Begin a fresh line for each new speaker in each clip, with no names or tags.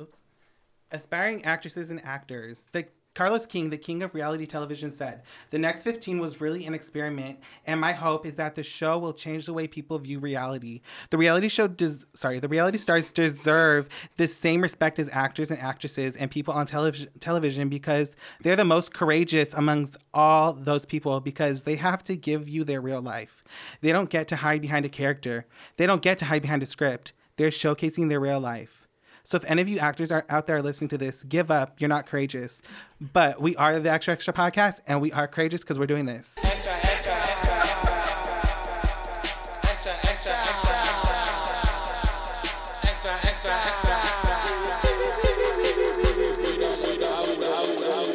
oops, aspiring actresses and actors. The Carlos King, the king of reality television, said, The next 15 was really an experiment, and my hope is that the show will change the way people view reality. The reality show, des- sorry, the reality stars deserve the same respect as actors and actresses and people on telev- television because they're the most courageous amongst all those people because they have to give you their real life. They don't get to hide behind a character, they don't get to hide behind a script. They're showcasing their real life. So if any of you actors are out there listening to this, give up. You're not courageous. But we are the Extra Extra Podcast, and we are courageous because we're doing this.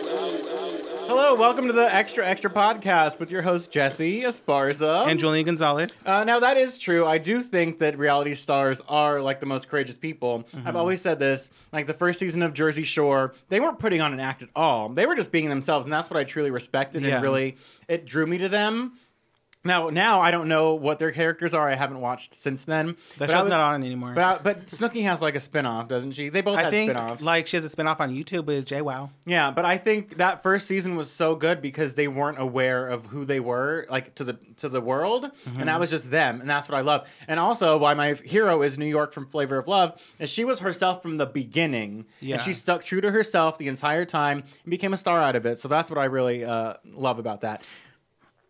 Hello, welcome to the Extra Extra Podcast with your host Jesse Esparza.
And Julian Gonzalez.
uh, now that is true. I do think that reality stars are like the most courageous people.
Mm-hmm.
I've always said this. Like the first season of Jersey Shore, they weren't putting on an act at all. They were just being themselves, and that's what I truly respected
Yeah.
and really it drew me to them. Now, now I don't know what their characters are. I haven't watched since then.
That
I
show's
was-
not on anymore.
But I, but Snooki has like a spinoff, doesn't she? They both
I
had
think
spinoffs.
like she has a spinoff on YouTube with JWoww.
Yeah, but I think that first season was so good because they weren't aware of who they were, like to the to the world, and
Mm-hmm.
that was just them, and that's what I love. And also, why my hero is New York from Flavor of Love, is she was herself from the beginning,
Yeah.
and she stuck true to herself the entire time and became a star out of it. So that's what I really uh, love about that.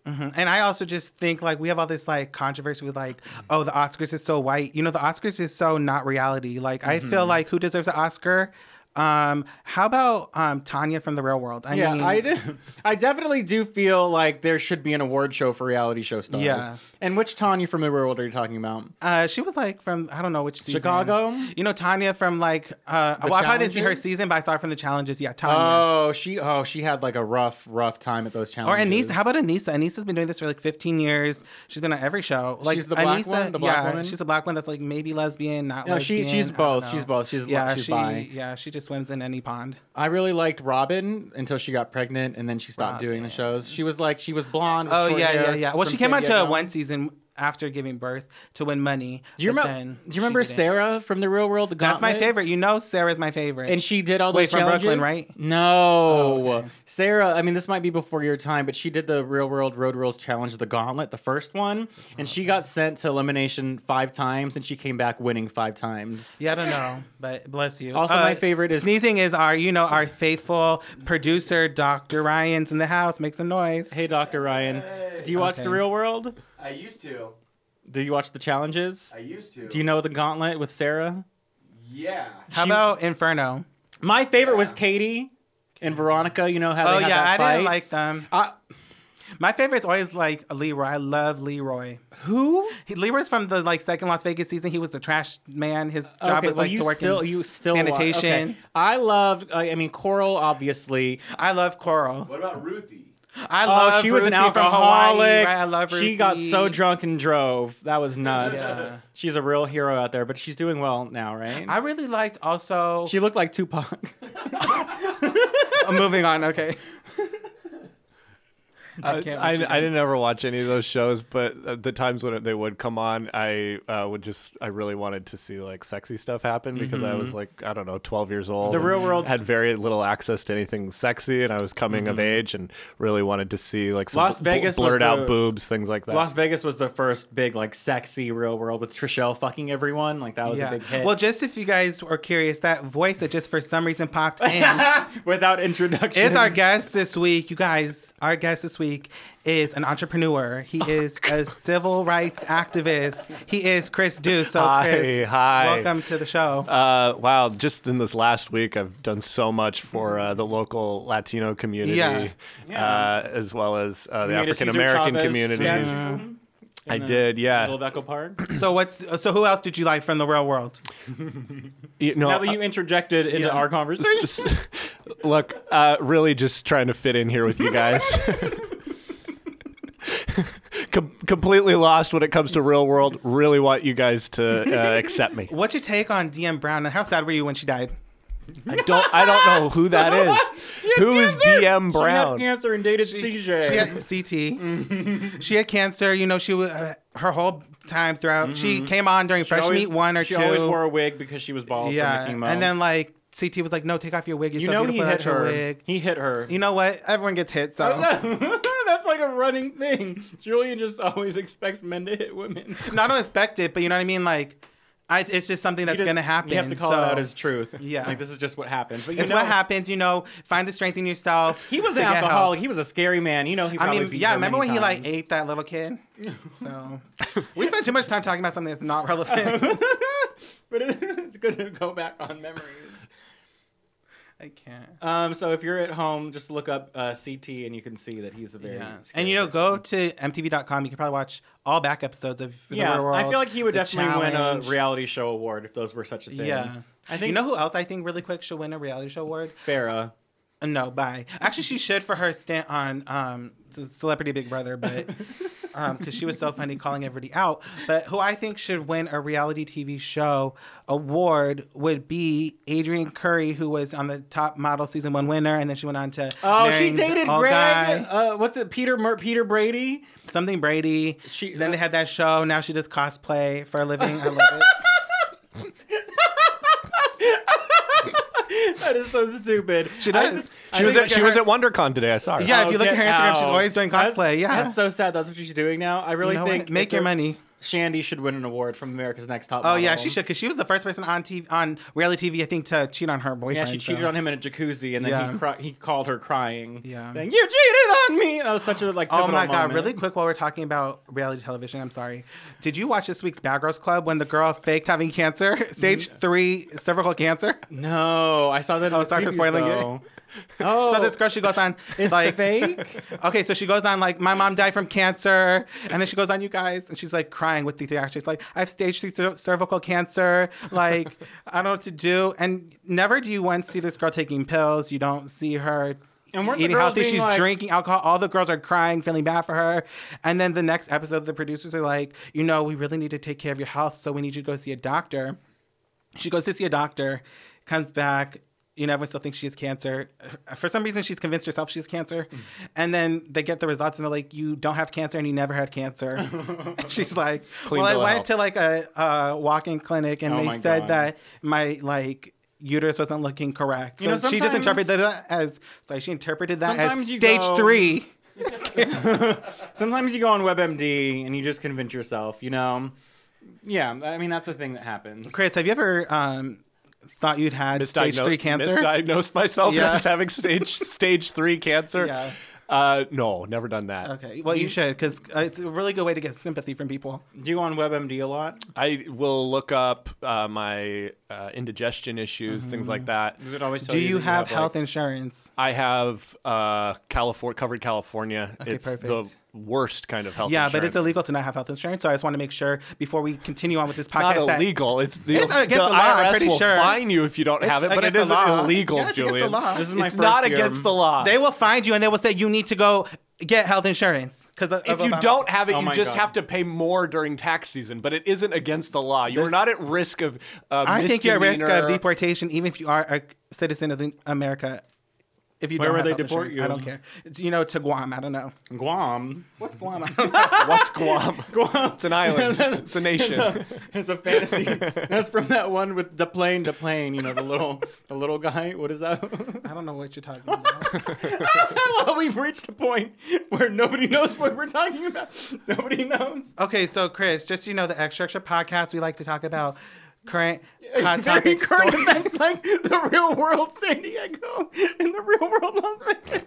Mm-hmm.
And I also just think like we have all this like controversy with like, oh, the Oscars is so white. You know, the Oscars is so not reality. Like I
Mm-hmm.
feel like who deserves an Oscar? Um, how about um Tanya from the Real World? I
yeah,
mean,
I do, I definitely do feel like there should be an award show for reality show stars.
Yeah.
and which Tanya from the world are you talking about?
Uh, she was like from I don't know which season.
Chicago?
You know Tanya from like uh, well, I probably didn't see her
Challenges?
season, but I saw her from the challenges. Yeah, Tanya.
Oh, she oh she had like a rough rough time at those
or
challenges.
Anissa. How about Anissa? Anissa's been doing this for like 15 years. She's been on every show. Like
She's the black
Anissa,
one? The black
yeah,
woman?
she's a black one that's like maybe lesbian, not
No, she-
lesbian.
she's
I don't
both.
know.
She's both. She's li-
yeah,
she's
she
bi.
yeah, she just swims in any pond.
I really liked Robin until she got pregnant and then she stopped doing the shows. She was like she was blonde. with
Oh
short
yeah,
hair
yeah, yeah. Well,
from
she came
San
out to
Diego.
one season after giving birth to win money.
Do you
but
remember?
then
Do
she
you remember
didn't.
Sarah from the Real World? The
That's my
Gauntlet?
favorite. You know, Sarah's my favorite.
And she did all those
Wait, from
challenges?
Brooklyn, right?
No,
Oh, okay.
Sarah. I mean, this might be before your time, but she did the Real World Road Rules Challenge, the Gauntlet, the first one, and she got sent to elimination five times, and she came back winning five times.
Yeah, I don't know, but bless you. Uh,
Also, my favorite is-
sneezing. Is our you know our faithful producer Dr. Ryan's in the house? Make some noise.
Hey, Dr. Ryan, do you watch
Okay.
The Real World?
I used to.
Do you watch the challenges?
I used to.
Do you know the gauntlet with Sarah?
Yeah.
How
she-
about Inferno?
My favorite was
Yeah.
Katie and Veronica. You know how they
Oh
had
yeah, I
that fight. Uh,
didn't like them.
I-
My favorite's always like Leroy. I love Leroy.
who?
He, Leroy's from the like second Las Vegas season. He was the trash man. His job
Okay,
was
well,
like
you
to work
still
in.
you still wa- okay.
sanitation.
I loved. I I mean, Coral obviously.
I love Coral.
What about Ruthie?
I
Oh,
love.
she was an
Ruthie from
alcoholic.
Hawaii, right? I love.
She got so
Ruthie.
drunk and drove. That was nuts.
Yeah.
She's a real hero out there, but she's doing well now, right?
I really liked also.
she looked like Tupac.
moving on. Okay.
I,
can't
I,
with you
I didn't ever watch any of those shows, but uh, the times when they would come on, I uh, would just I really wanted to see like sexy stuff happen because I was like I don't know, twelve years old.
Mm-hmm. The
and
real world- Mm-hmm.
had very little access to anything sexy, and I was coming of age and really wanted to see like some
Las
bl- bl-
Vegas was
blurred out
the-
boobs, things like that.
Las Vegas was the first big like sexy real world with Trishelle fucking everyone. Like that was a big hit.
Well, just if you guys are curious, that voice that just for some reason popped in
without introduction.
is our guest this week. You guys, our guest this week is an entrepreneur.
Oh,
He is a civil rights activist. He is Chris Dew. So,
Hi,
Chris,
hi.
welcome to the show.
Uh, wow, just in this last week, I've done so much for
Mm-hmm.
uh, the local Latino community,
Yeah.
Uh, as well as uh, the
You made a Cesar
African American
Chavez Mm-hmm.
community.
sketch
I
the
did, yeah.
Little Echo Park.
so, what's so? Who else did you like from the real world?
You know, uh,
now that you interjected into
uh, Yeah.
our conversation,
S- s- Look, uh, really just trying to fit in here with you guys. Com- completely lost when it comes to real world. Really want you guys to uh, accept me.
What's your take on DM Brown? And how sad were you when she died?
I don't. I don't know who that is. Who is DM
she had
Brown?
cancer and dated CJ.
She had CT.
Mm-hmm.
she had cancer. You know, she was uh, her whole time throughout. She came on during Fresh
Mm-hmm. She always-
Meat one or
she
two.
always wore a wig because she was bald.
yeah,
from the chemo.
and then like CT was like, "No, take off your wig. You're
You
so
know he
beautiful
hit
without your
her.
wig."
He hit her.
You know what? Everyone gets hit, so
That's like a running thing. Julian just always expects men to hit women.
no, I don't expect it, but you know what I mean. Like, I, it's just something that's
You just-
gonna happen.
You have to call it
so
out as truth.
Yeah.
like this is just what happened. But you
it's
know,
what happens. You know, find the strength in yourself.
He was
to
an
get help.
alcoholic. He was a scary man. You know, he.
I
Probably
mean,
beat
yeah.
her
Remember when
many
he like
times.
ate that little kid? So we spent too much time talking about something that's not relevant.
but it, it's good to go back on memories.
I can't.
Um, so if you're at home, just look up uh, CT and you can see that he's a very.
Yeah.
scary
And you know,
person.
go to MTV.com. You can probably watch all back episodes of The
Yeah,
Real World.
I feel like he would
The
definitely
Challenge.
win a reality show award if those were such a thing.
Yeah.
I think
you know who else I think really quick should win a reality show award?
Farah.
Uh, No, bye. Actually, she should for her stint on um, the Celebrity Big Brother, but because she was so funny calling everybody out. But who I think should win a reality TV show award would be Adrian Curry, who was on the Top Model season one winner, and then she went on to
Oh, she
marrying
dated
the old
Greg.
guy,
Uh, what's it? Peter Mer- Peter Brady.
something Brady.
She-
then they had that show. Now she does cosplay for a living. I love it.
that is so stupid.
She
I
does.
just-
She
I
was
think
at she
her-
was at WonderCon today. I saw her.
Yeah, if you
Oh,
look at her
get
Instagram, she's
out.
always doing
That's-
cosplay. Yeah.
that's so sad. That's what she's doing now. I really
You know
think
what? make
if
your
it-
money.
Shandy should win an award from America's Next Top.
Oh yeah,
Model.
she should because she was the first person on TV on reality TV I think to cheat on her
Yeah,
boyfriend.
she cheated
so.
on him in a jacuzzi, and then
Yeah.
he cri- he called her crying.
Yeah.
saying, you cheated on me. That was such a like.
Oh
pivotal
my god!
moment.
Really quick, while we're talking about reality television, I'm sorry. Did you watch this week's Bad Girls Club when the girl faked having cancer, stage three cervical cancer?
No, I saw that.
Oh,
Oh,
sorry
sorry
for spoiling it.
it. Oh,
So this girl, she goes on
it's
like,
fake.
okay, so she goes on like, my mom died from cancer, and then she goes on, you guys, and she's like crying with the theatrics, She's like, I have stage three cer- cervical cancer, like I don't know what to do. And never do you once see this girl taking pills. You don't see her.
And weren't the
eating
girls
healthy,
being
she's
like-
drinking alcohol. All the girls are crying, feeling bad for her. And then the next episode, the producers are like, you know, we really need to take care of your health, so we need you to go see a doctor. She goes to see a doctor, comes back. You know, everyone still thinks she has cancer. For some reason, she's convinced herself she has cancer.
Mm.
And then they get the results and they're like, You don't have cancer and you never had cancer. And she's like,
Clean
Well, I
bill of
went
health."
to like a, a walk in clinic and
Oh
they
my
said
God.
that my like uterus wasn't looking correct. So
You know,
she just
sometimes-
interpreted that as, sorry, she interpreted that as
Sometimes you
stage
go-
three.
Sometimes you go on WebMD and you just convince yourself, you know. Yeah, I mean that's the thing that happens.
Chris, have you ever um, thought you'd had stage
Misdiagno-
three cancer?
Misdiagnosed myself
Yeah.
as having stage stage three cancer.
Yeah.
Uh, no, never done that.
Okay. Well, you should because it's a really good way to get sympathy from people.
Do you go on WebMD a lot?
I will look up uh, my uh, indigestion issues, things
Mm.
like that.
Does it always tell
Do you
that
have health
Like,
insurance?
I have uh, California covered California. it's the
perfect.
worst kind of health.
Yeah, but
insurance.
it's illegal to not have health insurance. So I just want to make sure before we continue on with this
It's not
podcast. that-
illegal. It's the,
It's against
the
the law, I'm
IRS
pretty
will
sure.
fine you if you don't have it,
It's
but it
against the
isn't
law.
illegal,
Yeah, it's against the
Julian.
law.
this is my
It's
first
not
year.
against the law.
they will find you and they will say you need to go get health insurance because
if you don't have it,
Oh
you
my
just
God.
have to pay more during tax season. But it isn't against the law. You are not at risk of. Uh,
I think you're at risk of
misdemeanor.
deportation even if you are a citizen of the- America. If you
Where
don't
would
have
they
health
deport
insurance. I
you?
don't care. It's, You know, to Guam. I don't know.
Guam.
What's Guam? I don't know.
What's Guam?
Guam.
It's an island. It's a
It's
nation.
a, it's a fantasy. That's from that one with the plane, the plane. You know, the little, the little guy. What is that?
I don't know what you're talking about.
well, we've reached a point where nobody knows what we're talking about. Nobody knows.
okay, so Chris, just so you know, the Extra Extra podcast we like to talk about current hot topics.
current events like the real world San Diego and the real world Las Vegas.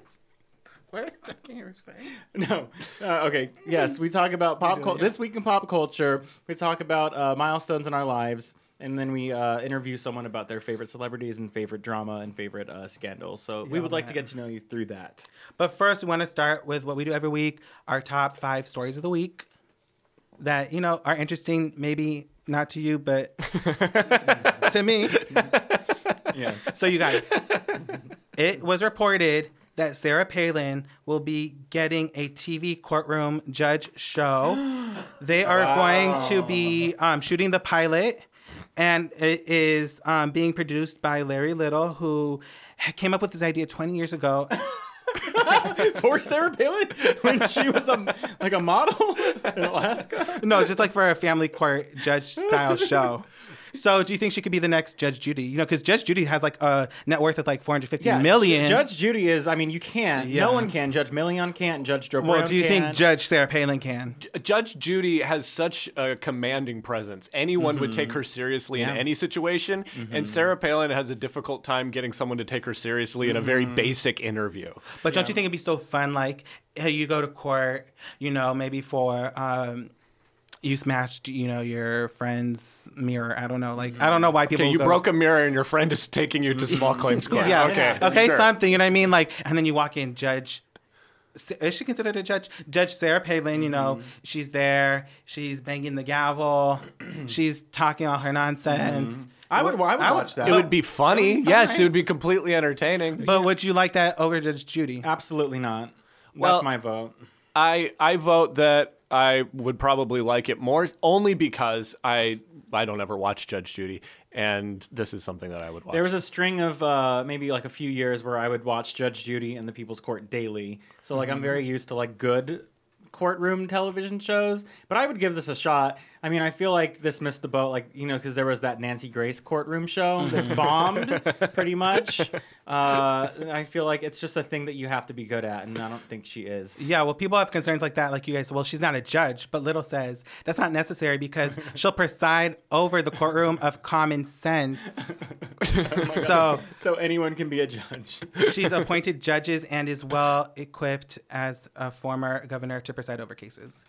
What? I can't even say.
No. Uh, okay. Yes, we talk about pop culture. This week in pop culture, we talk about uh, milestones in our lives, and then we uh, interview someone about their favorite celebrities and favorite drama and favorite uh, scandals. So we
Yeah,
would like to
man.
get to know you through that.
But first, we want to start with what we do every week our top five stories of the week that, you know, are interesting, maybe not to you, but to me.
Yes.
So, you guys, it was reported that Sarah Palin will be getting a TV courtroom judge show. They are going to be um, shooting the pilot, and it is um, being produced by Larry Little, who came up with this idea 20 years ago
For Sarah Palin when she was a, like a model in Alaska.
No, just like for a family court judge style show. So do you think she could be the next Judge Judy? You know, because Judge Judy has like a net worth of like four hundred fifty
Yeah,
million.
Judge Judy is. I mean, you can't.
Yeah.
No one can. Judge Million can't. Judge Joe
Well,
Brown
do you think
can't.
Judge Sarah Palin can?
Judge Judy has such a commanding presence. Anyone would
Mm-hmm.
take her seriously in
Yeah.
any situation. And Sarah Palin has a difficult time getting someone to take her seriously in a very
Mm-hmm.
basic interview.
But don't you think it'd be so fun? Like, hey, you go to court, you know, maybe for um, you smashed, you know, your friend's mirror. I don't know. Like,
Mm-hmm.
I don't know why people.
Okay, you
go- Mm-hmm.
broke a mirror and your friend is taking you to small claims court.
Yeah.
Okay.
Okay.
sure.
Something. You know what I mean? Like, and then you walk in, Judge. Is she considered a judge? Judge Sarah Palin. You know, she's there. She's banging the gavel. she's talking all her nonsense.
Mm-hmm. I would. I would watch that.
It would be funny.
It would be fun,
yes,
right?
it would be completely entertaining.
But would you like that over Judge Judy?
Uh, Absolutely not.
Well-
That's my vote.
I I vote that I would probably like it more only because I I don't ever watch Judge Judy and this is something that I would watch.
There was a string of uh, maybe like a few years where I would watch Judge Judy and the People's Court daily. So like I'm
Mm-hmm.
very used to like good courtroom television shows, but I would give this a shot. I mean, I feel like this missed the boat, like you know, because there was that Nancy Grace courtroom show
Mm-hmm.
that bombed pretty much. Uh, and I feel like it's just a thing that you have to be good at, and I don't think she is.
Yeah, well, people have concerns like that, like you guys. Well, she's not a judge, but Little says that's not necessary because she'll preside over the courtroom of common sense. so
So anyone can be a judge.
she's appointed judges and is well equipped as a former governor to preside over cases.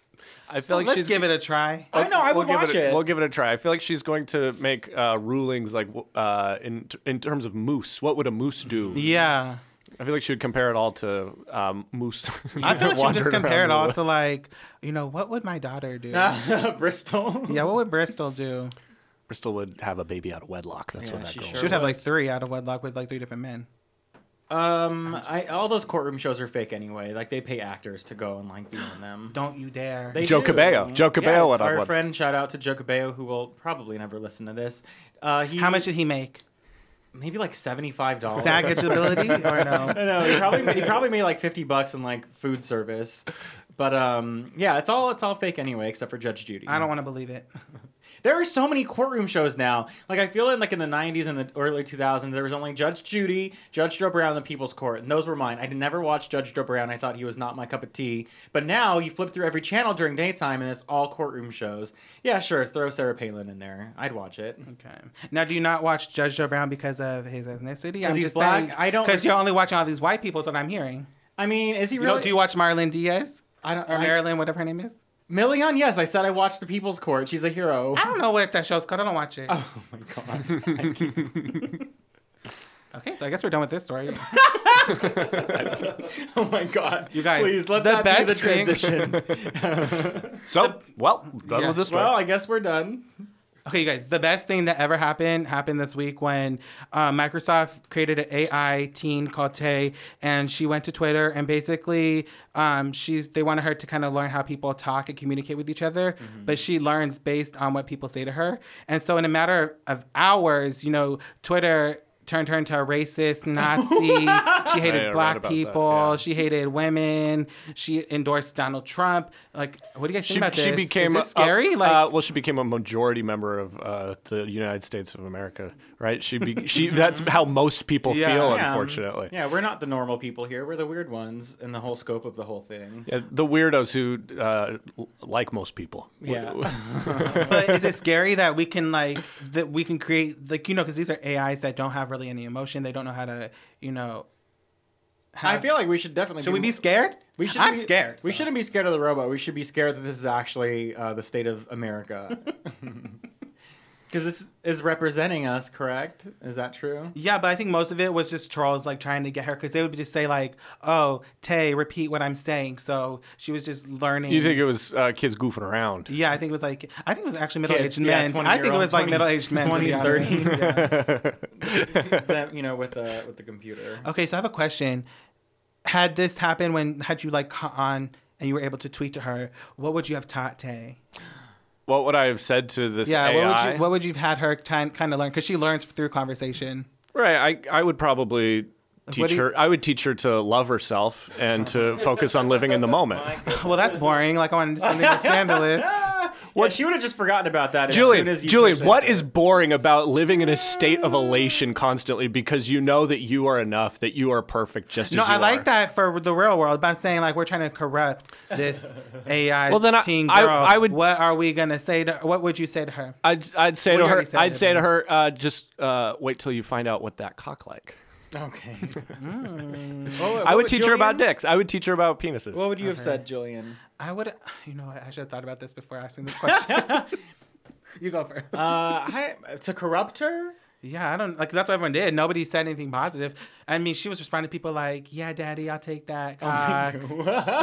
I feel like
Let's
she's
give it a try.
I know. I would
we'll
watch
give it, a-
it.
We'll give it a try. I feel like she's going to make uh, rulings like w- uh, in in terms of moose. What would a moose do?
Yeah.
I feel like she would compare it all to um, moose.
I feel like she
wandering
just
around
compared
the
all
woods.
to like, you know, what would my daughter do?
Ah. Bristol.
yeah, what would Bristol do?
Bristol would have a baby out of wedlock. That's what
Yeah,
that
she
goes.
sure
She would have like three out of wedlock with like three different men.
Um, I all those courtroom shows are fake anyway. Like they pay actors to go and like be on them.
Don't you dare.
They
Joe
do.
Cabello. Joe Cabello
Yeah,
would have
our
one.
friend. Shout out to Joe Cabello, who will probably never listen to this. Uh, he,
How much did he make?
Maybe like seventy-five
Oh.
dollars.
Sagageability or no?
I know he probably made, he probably made like fifty bucks in like food service, but um, yeah, it's all it's all fake anyway, except for Judge Judy.
I don't want to believe it.
There are so many courtroom shows now. Like I feel in like in the '90s and the early 2000s, there was only Judge Judy, Judge Joe Brown, and the People's Court, and those were mine. I did never watch Judge Joe Brown. I thought he was not my cup of tea. But now you flip through every channel during daytime, and it's all courtroom shows. Yeah, sure, throw Sarah Palin in there. I'd watch it.
Okay. Now, do you not watch Judge Joe Brown because of his ethnicity?
he's black? I don't-
Because you're only watching all these white people, is what I'm hearing.
I mean, is he
You
really?
don't, do you watch Marlon Diaz
I don't.
or
I,
Marilyn, whatever her name is?
Million, yes, I said I watched the People's Court. She's a hero.
I don't know what that show's called. I don't watch it.
Oh my god. I can't.
Okay, so I guess we're done with this story.
oh my god.
You guys,
please let
the
that be
best
the
thing-
transition.
So, well, done
Yeah.
with this one.
well, I guess we're done.
Okay, you guys, the best thing that ever happened happened this week when uh, Microsoft created an AI teen called Tay, and she went to Twitter and basically um, she's they wanted her to kind of learn how people talk and communicate with each other,
Mm-hmm.
but she learns based on what people say to her. And so, in a matter of hours, you know, Twitter turned her into a racist Nazi. she
I
hated
read
black
about that,
people.
yeah.
She hated women. She endorsed Donald Trump. Like, what do you guys think
she,
about this?
she became
Is
a-
this scary?
A,
like,
uh, well, she became a majority member of uh, the United States of America, right? She be, she that's how most people
Yeah.
feel,
Yeah, um,
Oh, unfortunately.
Yeah, we're not the normal people here. We're the weird ones in the whole scope of the whole thing.
Yeah, the weirdos who uh, l- like most people.
Yeah.
but is it scary that we can like that we can create like you know because these are AIs that don't have really any emotion. They don't know how to you know.
I
Have,
feel like we should definitely.
should we
be,
be scared?
We should.
I'm
be,
scared.
We
so.
shouldn't be scared of the robot. We should be scared that this is actually uh, the state of America. Because this is representing us, correct? Is that true?
Yeah, but I think most of it was just trolls like trying to get her because they would just say like, "Oh, Tay, repeat what I'm saying." So she was just learning.
You think it was uh, kids goofing around?
Yeah, I think it was like I think it was actually middle
Kids,
aged
yeah,
men.
20
I think it
year
was like
old,
middle aged men. to be
20s,
honest.
30s.
Yeah.
That, you know, with uh, with the computer.
Okay, so I have a question. Had this happened when had you like caught on and you were able to tweet to her, what would you have taught Tay?
What would I have said to this
Yeah,
AI?
what would you what would you have had her time kind of learn? Because she learns through conversation.
Right. I, I would probably teach
do you-
her. I would teach her to love herself and to focus on living in the moment.
Well, that's boring. Like I wanted to do something more scandalous.
What-
What she would have just forgotten about that. as soon
Julian,
as you
Julian,
push
what
it.
is boring about living in a state of elation constantly because you know that you are enough, that you are perfect just
No,
as you
I like
are?
that for the real world, but I'm saying like we're trying to corrupt this AI
Well, then I-
teen
I-
girl.
I would-
What are we gonna say to? What would you say to her?
I'd, I'd say
We
to her,
already said
I'd
it,
say to
but-
her, uh, just uh, wait till you find out what that cock like.
Okay.
Hmm.
What- what
I would
would
teach her about
Julian-
dicks. I would teach her about penises.
What would you have said, Julian?
I would. You know, what? I should have thought about this before asking this question. you go first.
Uh,
Um,
I, to corrupt her?
Yeah, I don't like that's what everyone did. Nobody said anything positive. I mean, she was responding to people like, "Yeah, daddy, I'll take that."
Oh Uh,
cock." so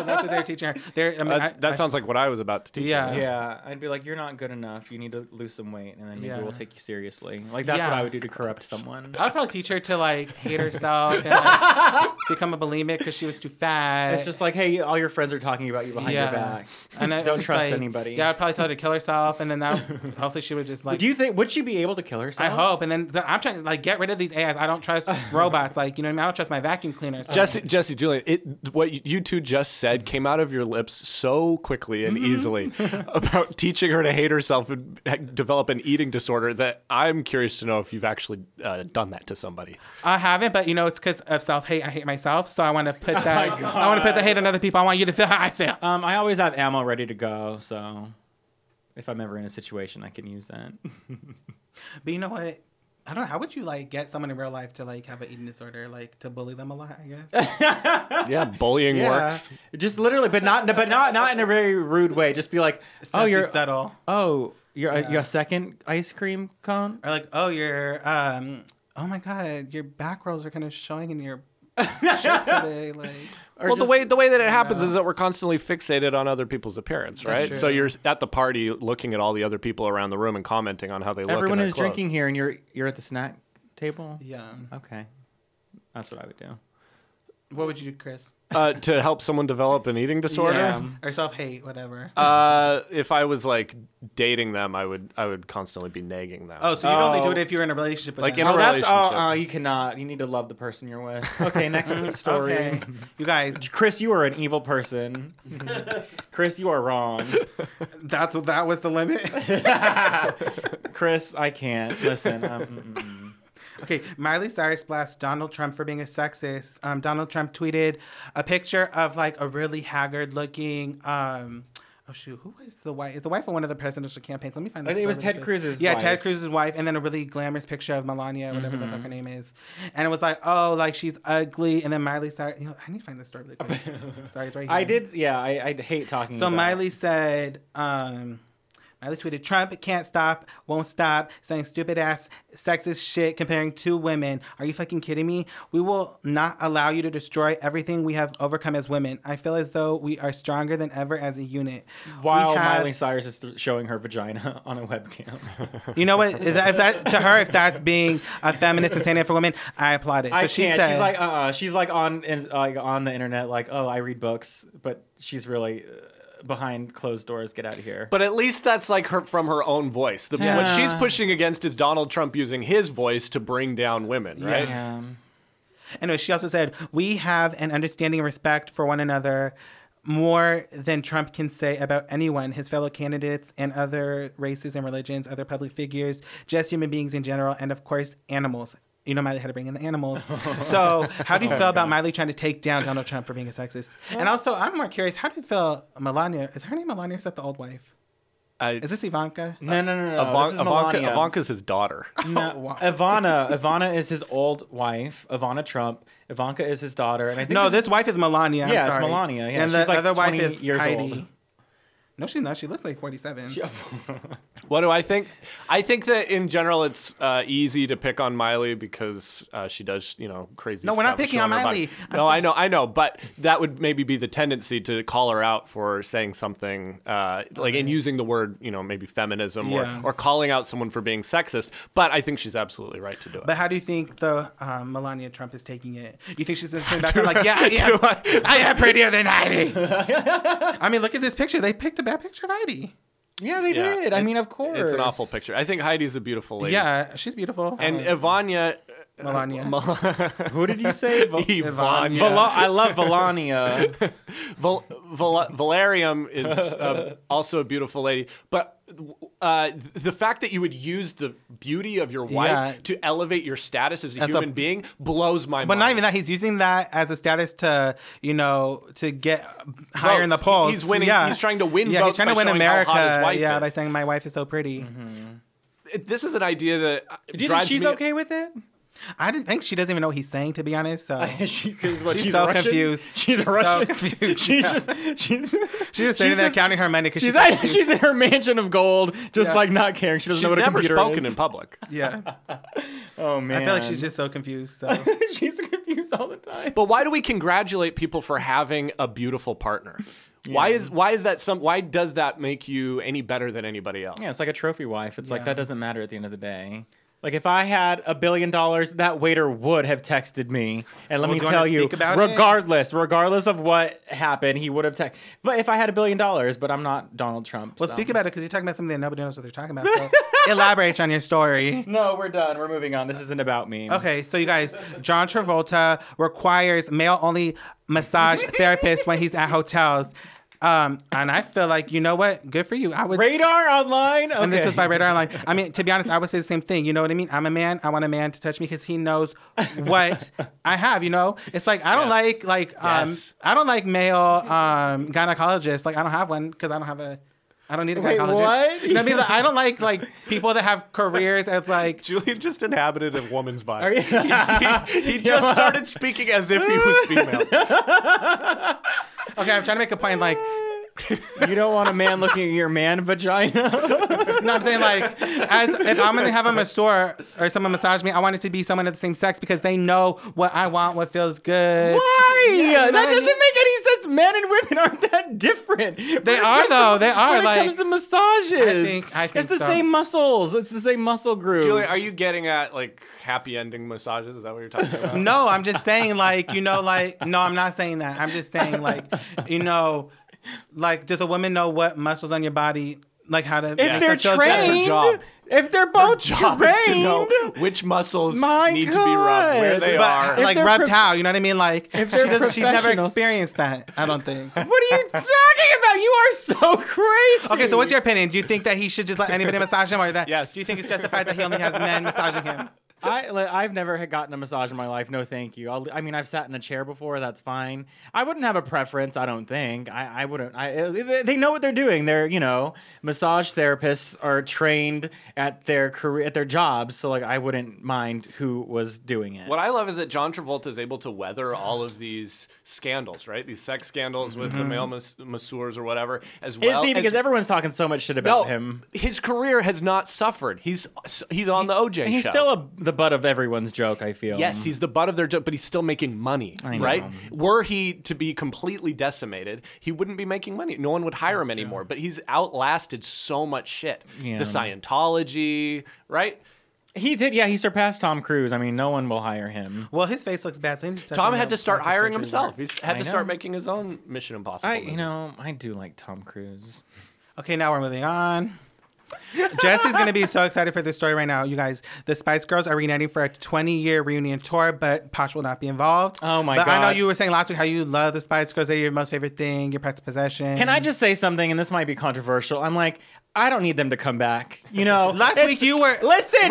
that's what they're teaching her. They're, I mean,
Uh,
I-
that
I-
sounds like what I was about to teach. her.
Yeah.
Yeah, I'd be like, you're not good enough. You need to lose some weight, and then maybe
Yeah.
we'll take you seriously. Like that's what
Yeah.
I would do to corrupt someone.
I would probably teach her to like hate herself and like, become a bulimic because she was too fat.
It's just like, hey, all your friends are talking about you behind
Yeah.
your back.
and I- I'm
don't
just
trust
like-
anybody.
Yeah, I'd probably tell her to kill herself, and then that hopefully she would just like.
do you think would she be able to kill herself?
I hope, and then the, I'm trying to like get rid of these AIs. I don't trust robots. Like you know, what I, mean? I don't trust my vacuum cleaner. so-
Jesse, Jesse, Julian, it what you- you two just said came out of your lips so quickly and easily about teaching her to hate herself and ha- develop an eating disorder that I'm curious to know if you've actually uh, done that to somebody.
I haven't, but you know, it's because of self hate. I hate myself, so I want to
Oh
put that. I want to put the hate on other people. I want you to feel how I feel.
Um, I always have ammo ready to go, so if I'm ever in a situation, I can use that.
But you know what? I don't. know. How would you like get someone in real life to like have an eating disorder, like to bully them a lot? I
Oh,
guess.
Yeah, bullying works.
Just literally, but not, but not, not in a very rude way. Just be like, oh,
Since we
you're,
subtle,
oh, you're,
Yeah.
your second ice cream cone.
or like, oh, you're, um, oh my god, your back rolls are kind of showing in your shirt today. Like,
Or
well, the
just-
way the way that it happens
know.
is that we're constantly fixated on other people's appearance, right? So
true.
you're at the party looking at all the other people around the room and commenting on how they look.
everyone
and their
is
clothes.
drinking here, and you're, you're at the snack table.
yeah.
Okay, that's what I would do.
What would you do, Chris?
uh, to help someone develop an eating disorder.
Yeah.
or self hate, whatever.
Uh, if I was like dating them, I would I would constantly be nagging them.
oh, so you'd only do
oh.
it if you were in a relationship with
Like
them.
in a
oh, that's
relationship.
oh, uh, you cannot. You need to love the person you're with. Okay, next story.
Okay. you guys,
Chris, you are an evil person. Chris, you are wrong.
that's that was the limit.
Chris, I can't listen. Um, mm-mm.
Okay, Miley Cyrus blasts Donald Trump for being a sexist. Um, Donald Trump tweeted a picture of like a really haggard looking. Um, oh shoot, who was the wife? Is the wife of one of the presidential campaigns? Let me find.
I
this
think it was
photo
Ted
quick.
Cruz's
Yeah,
wife. Mm-hmm.
Ted Cruz's wife, and then a really glamorous picture of Melania, whatever the fuck her name is. And it was like, oh, like she's ugly. And then Miley Cyrus. You know, I need to find this story. Really quick. Sorry, it's right here.
I did. Yeah, I, I hate talking.
So
about
Miley
it.
said, um, Miley tweeted, Trump can't stop, won't stop, saying stupid ass sexist shit comparing two women. Are you fucking kidding me? We will not allow you to destroy everything we have overcome as women. I feel as though we are stronger than ever as a unit. We
while
have-
Miley Cyrus is th- showing her vagina on a webcam.
You know what? If that, if that- to her, if that's being a feminist and standing up for women, I applaud it. So
I
she
can't.
said,
she's like, uh, uh she's like on, in, like on the internet, like, oh, I read books, but she's really uh, behind closed doors. Get out of here.
But at least that's like her from her own voice. The, What
Yeah.
she's pushing against is Donald Trump using his voice to bring down women, right?
yeah.
Anyway, she also said, We have an understanding and respect for one another more than Trump can say about anyone, his fellow candidates and other races and religions, other public figures, just human beings in general, and of course, animals. You know, Miley had to bring in the animals. So, how
Oh
do you feel about Miley trying to take down Donald Trump for being a sexist? And also, I'm more curious, how do you feel Melania? Is her name Melania or is that the old wife?
I,
Is this Ivanka?
No, no, no, no.
Ivan-
this is
Ivanka,
Melania.
Ivanka's his daughter.
Uh, No,
wow.
Ivana. Ivana is his old wife. Ivana Trump. Ivanka is his daughter. And I think
No,
this,
this wife is Melania. I'm
Yeah, it's
sorry.
Melania, yeah.
and
She's
the
like
other wife
20
is
years
Heidi.
old.
No, she's not. She looks like 47.
What do I think? I think that in general, it's uh, easy to pick on Miley because uh, she does, you know, crazy.
No, we're not
stuff
picking on
showing her body.
Miley.
No, I know, I know, but that would maybe be the tendency to call her out for saying something uh, like in using the word, you know, maybe feminism
Yeah.
or or calling out someone for being sexist. But I think she's absolutely right to do it.
But how do you think the um, Melania Trump is taking it? You think she's gonna sit back there like, yeah, I
Do
am,
I-
I am prettier than Heidi. I mean, look at this picture. They picked a bad picture of Heidi.
yeah, they
Yeah,
did. I
it-
mean, of course.
It's an awful picture. I think Heidi's a beautiful lady.
Yeah, Um, she's beautiful.
And Ivania.
Melania.
Mel-
Who did you say? Val-
Ivania.
Vala- I love Valania.
Val- Val- Valerium is uh, also a beautiful lady, but uh, the fact that you would use the beauty of your wife
Yeah.
to elevate your status as a
As a-
human being blows my
But
mind.
not even that. He's using that as a status to, you know, to get higher in the
Votes.
polls.
He's winning-
Yeah.
he's trying to win
Yeah,
votes
he's trying
by
to win
showing how
America.
hot his wife
yeah,
is. Mm-hmm.
by saying my wife is so pretty.
It- This is an idea that uh,
Do you think
drives
she's
me.
okay with it?
I didn't think she doesn't even know what he's saying to be honest. So
she, 'cause what,
She's
she's
so
Russian?
confused.
She's,
She's so
Russian.
confused,
she's
yeah.
just she's
she's just sitting there counting her money because she's,
She's at, she's in her mansion of gold, just
Yeah.
like not caring. She doesn't
She's
know what a
never
computer
spoken
is.
in public.
yeah.
oh man,
I feel like she's just so confused. So
she's confused all the time.
But why do we congratulate people for having a beautiful partner? Why is why is that some why does that make you any better than anybody else?
Yeah, it's like a trophy wife. It's
Yeah.
like that doesn't matter at the end of the day. Like if I had a billion dollars, that waiter would have texted me. And let
Well, do
me
you wanna
tell you,
speak about it?
regardless, regardless of what happened, he would have texted. But if I had a billion dollars, but I'm not Donald Trump.
well,
so.
speak about it because you're talking about something that nobody knows what they're talking about. So elaborate on your story.
No, we're done. We're moving on. This isn't about me.
Okay, so you guys, John Travolta requires male-only massage therapists when he's at hotels, um, and I feel like you know what? Good for you. I would.
Radar online. Okay.
And this was by Radar Online. I mean, to be honest, I would say the same thing. You know what I mean? I'm a man. I want a man to touch me because he knows what I have. You know, it's like I don't like like um
Yes.
I don't like male um gynecologists. Like I don't have one because I don't have a I don't need a
Wait,
gynecologist.
what?
You know what I mean? Like, I don't like like people that have careers as like
Julian just inhabited a woman's body.
Are you-
he, he just started speaking as if he was female.
okay. I'm trying to make a point. Like
you don't want a man looking at your man vagina.
You know what I'm saying? Like, as if I'm gonna have a masseur or someone massage me, I want it to be someone of the same sex because they know what I want, what feels good.
Why?
Yeah,
that
right.
doesn't make any sense. Men and women aren't that different. When it
are,
comes-
though. They are,
When
like-
it comes to massages,
I think- I think
it's the
so.
same muscles. It's the same muscle group.
Julian, are you getting at like happy ending massages? Is that what you're talking about?
No, I'm just saying, like, you know, like, no, I'm not saying that. I'm just saying, like, you know, like, does a woman know what muscles on your body, like, how to? If
If they're trained,
that's her job.
if they're both
Job is
trained,
to know which muscles
My
need to be rubbed, where
God.
they
But,
are.
If
like
they're
rubbed
prof-
how, you know what I mean? Like, she
If they're
doesn't, she's never
professionals-
experienced that. I don't think.
what are you talking about? You are so crazy.
Okay, so what's your opinion? Do you think that he should just let anybody massage him, or that?
Yes.
Do you think it's justified that he only has men massaging him?
I, li- I've never had gotten a massage in my life. No, thank you. I'll, I mean, I've sat in a chair before. That's fine. I wouldn't have a preference. I don't think. I, I wouldn't. I, uh, they- they know what they're doing. They're, you know, massage therapists are trained at their career, at their jobs. So, like, I wouldn't mind who was doing it.
What I love is that John Travolta is able to weather all of these scandals, right? These sex scandals with the male mas- masseurs or whatever, as
Is
well.
he? Because
as,
everyone's talking so much shit
no,
about him.
his career has not suffered. He's he's on the OJ
And he's
show.
still a, the butt of everyone's joke, I feel.
Yes, he's the butt of their joke, but he's still making money,
know.
right? Were he to be completely decimated, he wouldn't be making money. No one would hire him anymore. But he's outlasted so much shit.
Yeah.
The Scientology, right?
He did. Yeah, he surpassed Tom Cruise. I mean, no one will hire him.
Well, his face looks bad. So he needs to
Tom had to start hiring himself. He's had
I
to
know.
start making his own Mission Impossible.
I, you
movies.
know, I do like Tom Cruise.
Okay, now we're moving on. Jess is going to be so excited for this story right now, you guys. The Spice Girls are reuniting for a 20-year reunion tour, but Posh will not be involved.
Oh, my
but I know
God.
you were saying last week how you love the Spice Girls. They're your most favorite thing, your prized possession.
Can I just say something? And this might be controversial. I'm like, I don't need them to come back. You know,
Last
It's-
week you were-
listen,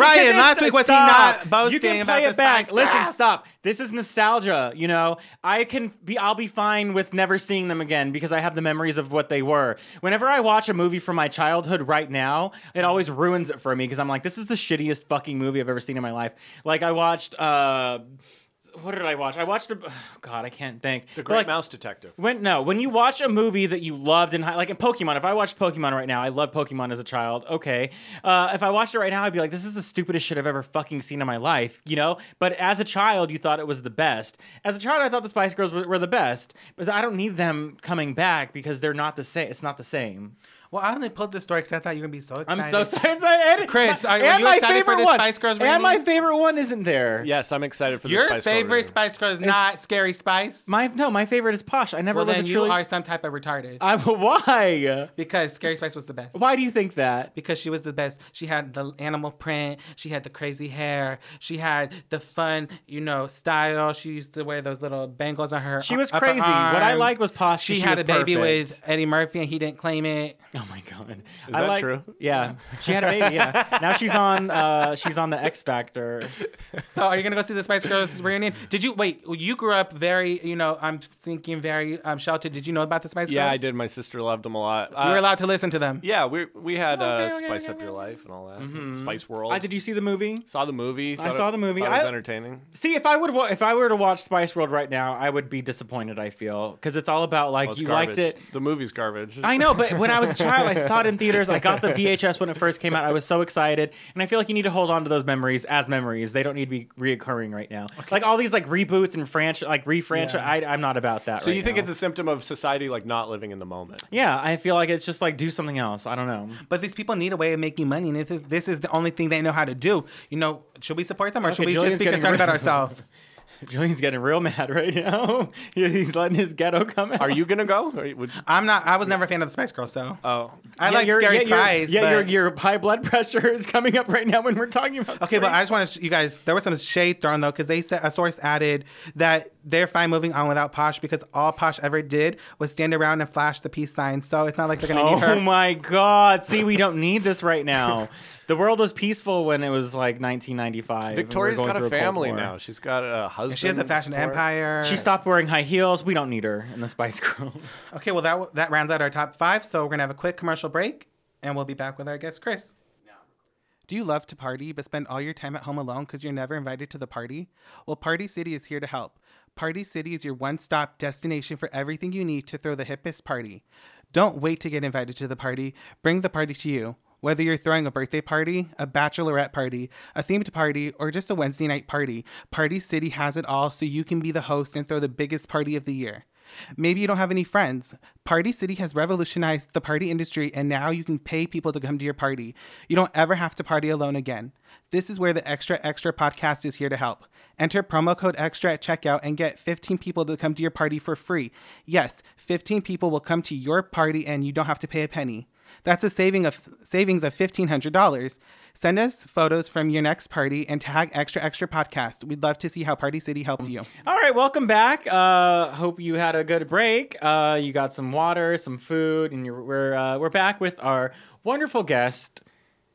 Ryan,
because it's-
last week was he
stop.
not boasting
You can play
about the
it back.
Spice Girls?
Listen, stop. This is nostalgia. You know, I can be. I'll be fine with never seeing them again because I have the memories of what they were. Whenever I watch a movie from my childhood right now, it always ruins it for me because I'm like, this is the shittiest fucking movie I've ever seen in my life. Like I watched. uh what did I watch? I watched a. God, I can't think.
The
But,
Great
like,
Mouse Detective.
when no, when you watch a movie that you loved in high, like in Pokemon, if I watched Pokemon right now, I loved Pokemon as a child. Okay, uh, if I watched it right now, I'd be like, this is the stupidest shit I've ever fucking seen in my life, you know. But as a child, you thought it was the best. As a child, I thought the Spice Girls were, were the best, but I don't need them coming back because they're not the same. It's not the same.
Well, I only pulled this story because I thought you were gonna be so excited.
I'm so excited.
Chris, are- are
and
you
my
excited for
favorite
the
one.
Spice Girls reunion?
and my favorite one isn't there.
Yes, I'm excited for
Your
the Spice Girl
favorite
reunion.
Spice Girl is not Scary Spice.
My no, my favorite is Posh. I never
Well,
was
then
a
you
truly.
are some type of retarded
I, why?
because Scary Spice was the best.
Why do you think that?
Because she was the best. She had the animal print. She had the crazy hair. She had the fun, you know, style. She used to wear those little bangles on her.
She was
upper
crazy. What I
arm.
liked was Posh.
She, had
was
a baby
perfect.
with Eddie Murphy, and he didn't claim it.
Oh my god.
Is that true?
Yeah, she had a baby. Yeah. now she's on. Uh, she's on the X Factor.
So, are you gonna go see the Spice Girls reunion? Did you wait? You grew up very, you know, I'm thinking very um, sheltered. Did you know about the Spice Girls?
Yeah, I did. My sister loved them a lot.
You
Uh,
were allowed to listen to them.
Yeah, we we had uh,
Oh, okay, okay,
Spice
okay,
Up Your
okay.
Life and all that. Spice World.
Uh, did you see the movie?
saw the movie. thought
saw
it-
the movie.
Thought it was
I-
entertaining.
See, if I would, wa- if I were to watch Spice World right now, I would be disappointed. I feel because it's all about like
Well, it's
you liked
garbage.
it.
The movie's garbage.
I know, but when I was a child, I saw it in theaters. I got the VHS when it first came out. I was so excited, and I feel like you need to hold on to those memories as memories. They don't need to be reoccurring right now. Like all these like reboots and franchise, like refranchise.
Yeah.
I, I'm not about that.
So
right
you think
now.
it's a symptom of society like not living in the moment?
yeah? I feel like it's just like do something else. I don't know.
But these people need a way of making money, and this is, this is the only thing they know how to do. You know, should we support them or should
Okay,
we
Jillian's
just be
getting
concerned about
rid-
ourselves?
Julian's getting real mad right now. He- He's letting his ghetto come out.
Are you gonna go? Or you- would,
I'm not. I was never a fan of the Spice Girls, so
oh,
I like Scary
yeah,
Spice.
Your, yeah,
but-
your, your high blood pressure is coming up right now when we're talking about.
Okay, but I just want to, you guys, there was some shade thrown though, because they said a source added that they're fine moving on without Posh because all Posh ever did was stand around and flash the peace sign. So it's not like they're going to need her.
Oh my God! See, we don't need this right now. the world was peaceful when it was like 1995. and we were
Victoria's
going
got
through
a
Cold
family
War.
now. She's got a husband.
She has a fashion
support.
empire.
She stopped wearing high heels. We don't need her in the Spice Girls.
Okay, well, that, that rounds out our top five. So we're going to have a quick commercial break and we'll be back with our guest, Chris. Do you love to party but spend all your time at home alone because you're never invited to the party? Well, Party City is here to help. Party City is your one stop destination for everything you need to throw the hippest party. Don't wait to get invited to the party, bring the party to you. Whether you're throwing a birthday party, a bachelorette party, a themed party, or just a Wednesday night party, Party City has it all so you can be the host and throw the biggest party of the year. Maybe you don't have any friends. Party City has revolutionized the party industry, and now you can pay people to come to your party. You don't ever have to party alone again. This is where the Extra Extra podcast is here to help. Enter promo code EXTRA at checkout and get 15 people to come to your party for free. Yes, 15 people will come to your party, and you don't have to pay a penny. That's a saving of savings of fifteen hundred dollars. Send us photos from your next party and tag Extra Extra Podcast. We'd love to see how Party City helped you.
All right, welcome back. Uh, hope you had a good break. Uh, you got some water, some food, and you're, we're uh, we're back with our wonderful guest,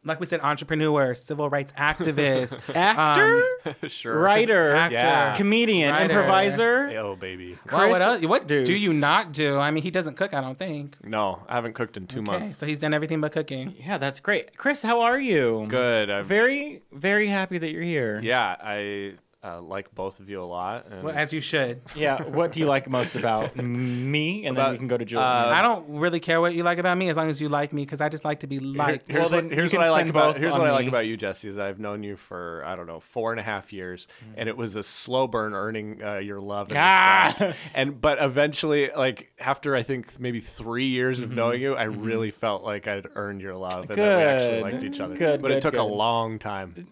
Like we said, entrepreneur, civil rights activist,
actor,
sure.
writer,
actor,
Yeah.
comedian,
Um, Writer.
improviser.
Oh baby.
Well, what
Chris
else? What do
Deuce.
you not do? I mean, he doesn't cook. I don't think.
No, I haven't cooked in two
Okay,
months.
so he's done everything but cooking.
Yeah, that's great. Chris, how are you?
Good. I've,
Very, very happy that you're here.
yeah, I uh, like both of you a lot. And
Well, as you should.
Yeah, What do you like most about me? And then
About-
we can go to Julian.
uh,
I don't really care what you like about me as long as you like me because I just like to be
Here-
liked.
here's
Well, then
what, here's
you
what
can
I like
spend
about
both
here's
on
what I like
me.
about you, Jesse. Is I've known you for I don't know four and a half years, and it was a slow burn earning uh, your love. And,
Mm. Ah!
respect. and but eventually, like after I think maybe three years of
Mm-hmm.
knowing you, I really felt like I'd earned your love and that we actually
Good.
liked each other.
Good,
but
good,
it took a
good.
long time.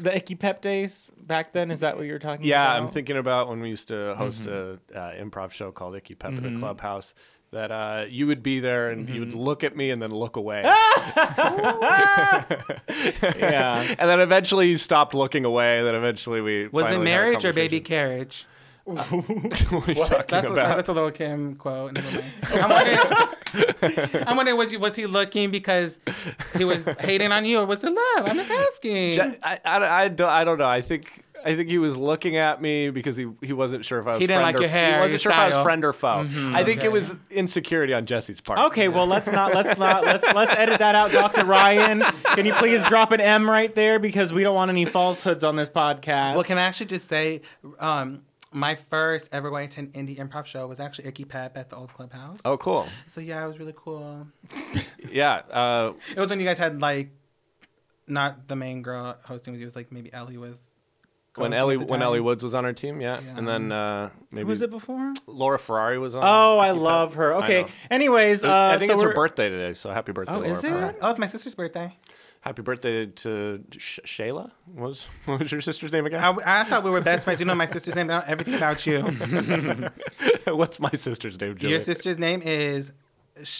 the Icky Pep days back then, is that what you're talking
Yeah,
about?
I'm thinking about when we used to host
Mm-hmm.
a uh, improv show called Icky Pep in the Clubhouse. That uh, you would be there and you would
Mm-hmm.
look at me and then look away.
Yeah.
And then eventually you stopped looking away. And then eventually we
Uh-huh. Was it
finally had a
marriage or baby
conversation.
carriage?
what are you talking
That's,
about?
A, that's a little Kim quote. Never mind. I'm wondering, I'm wondering was, you, was he looking because he was hating on you or was it love? I'm just asking.
Je- I, I, I, don't, I don't know. I think I think he was looking at me because he, he wasn't sure if I was
He didn't
friend
like
or,
your hair,
He
your
wasn't sure if I
style. Mm-hmm.
was friend or foe. I think
okay.
it was insecurity on Jesse's part.
Okay, well let's not let's not let's let's edit that out, Dr. Ryan. Can you please drop an M right there because we don't want any falsehoods on this podcast.
well, can I actually just say, um, my first ever Wellington indie improv show was actually Icky Pep at the old clubhouse.
Oh, cool.
So yeah, it was really cool.
Yeah. Uh,
It was when you guys had like, not the main girl hosting with you. It was like maybe Ellie was
when
girls
Ellie
at the
when
time.
Ellie Woods was on our team, yeah, and then uh, maybe
Who was it before?
Laura Ferrari was on.
Oh, I
Vicky Pat-
love her.
I
Okay.
know.
Anyways, uh,
I think
so
it's her
we're-
birthday today, so happy birthday,
Oh,
Laura
is
Ferrari.
it?
Oh, it's my sister's birthday.
Happy birthday to Sh- Shayla. What was what was your sister's name again?
I, I thought we were best friends. You know my sister's name. I know everything about you.
What's my sister's name, Julie?
Your sister's name is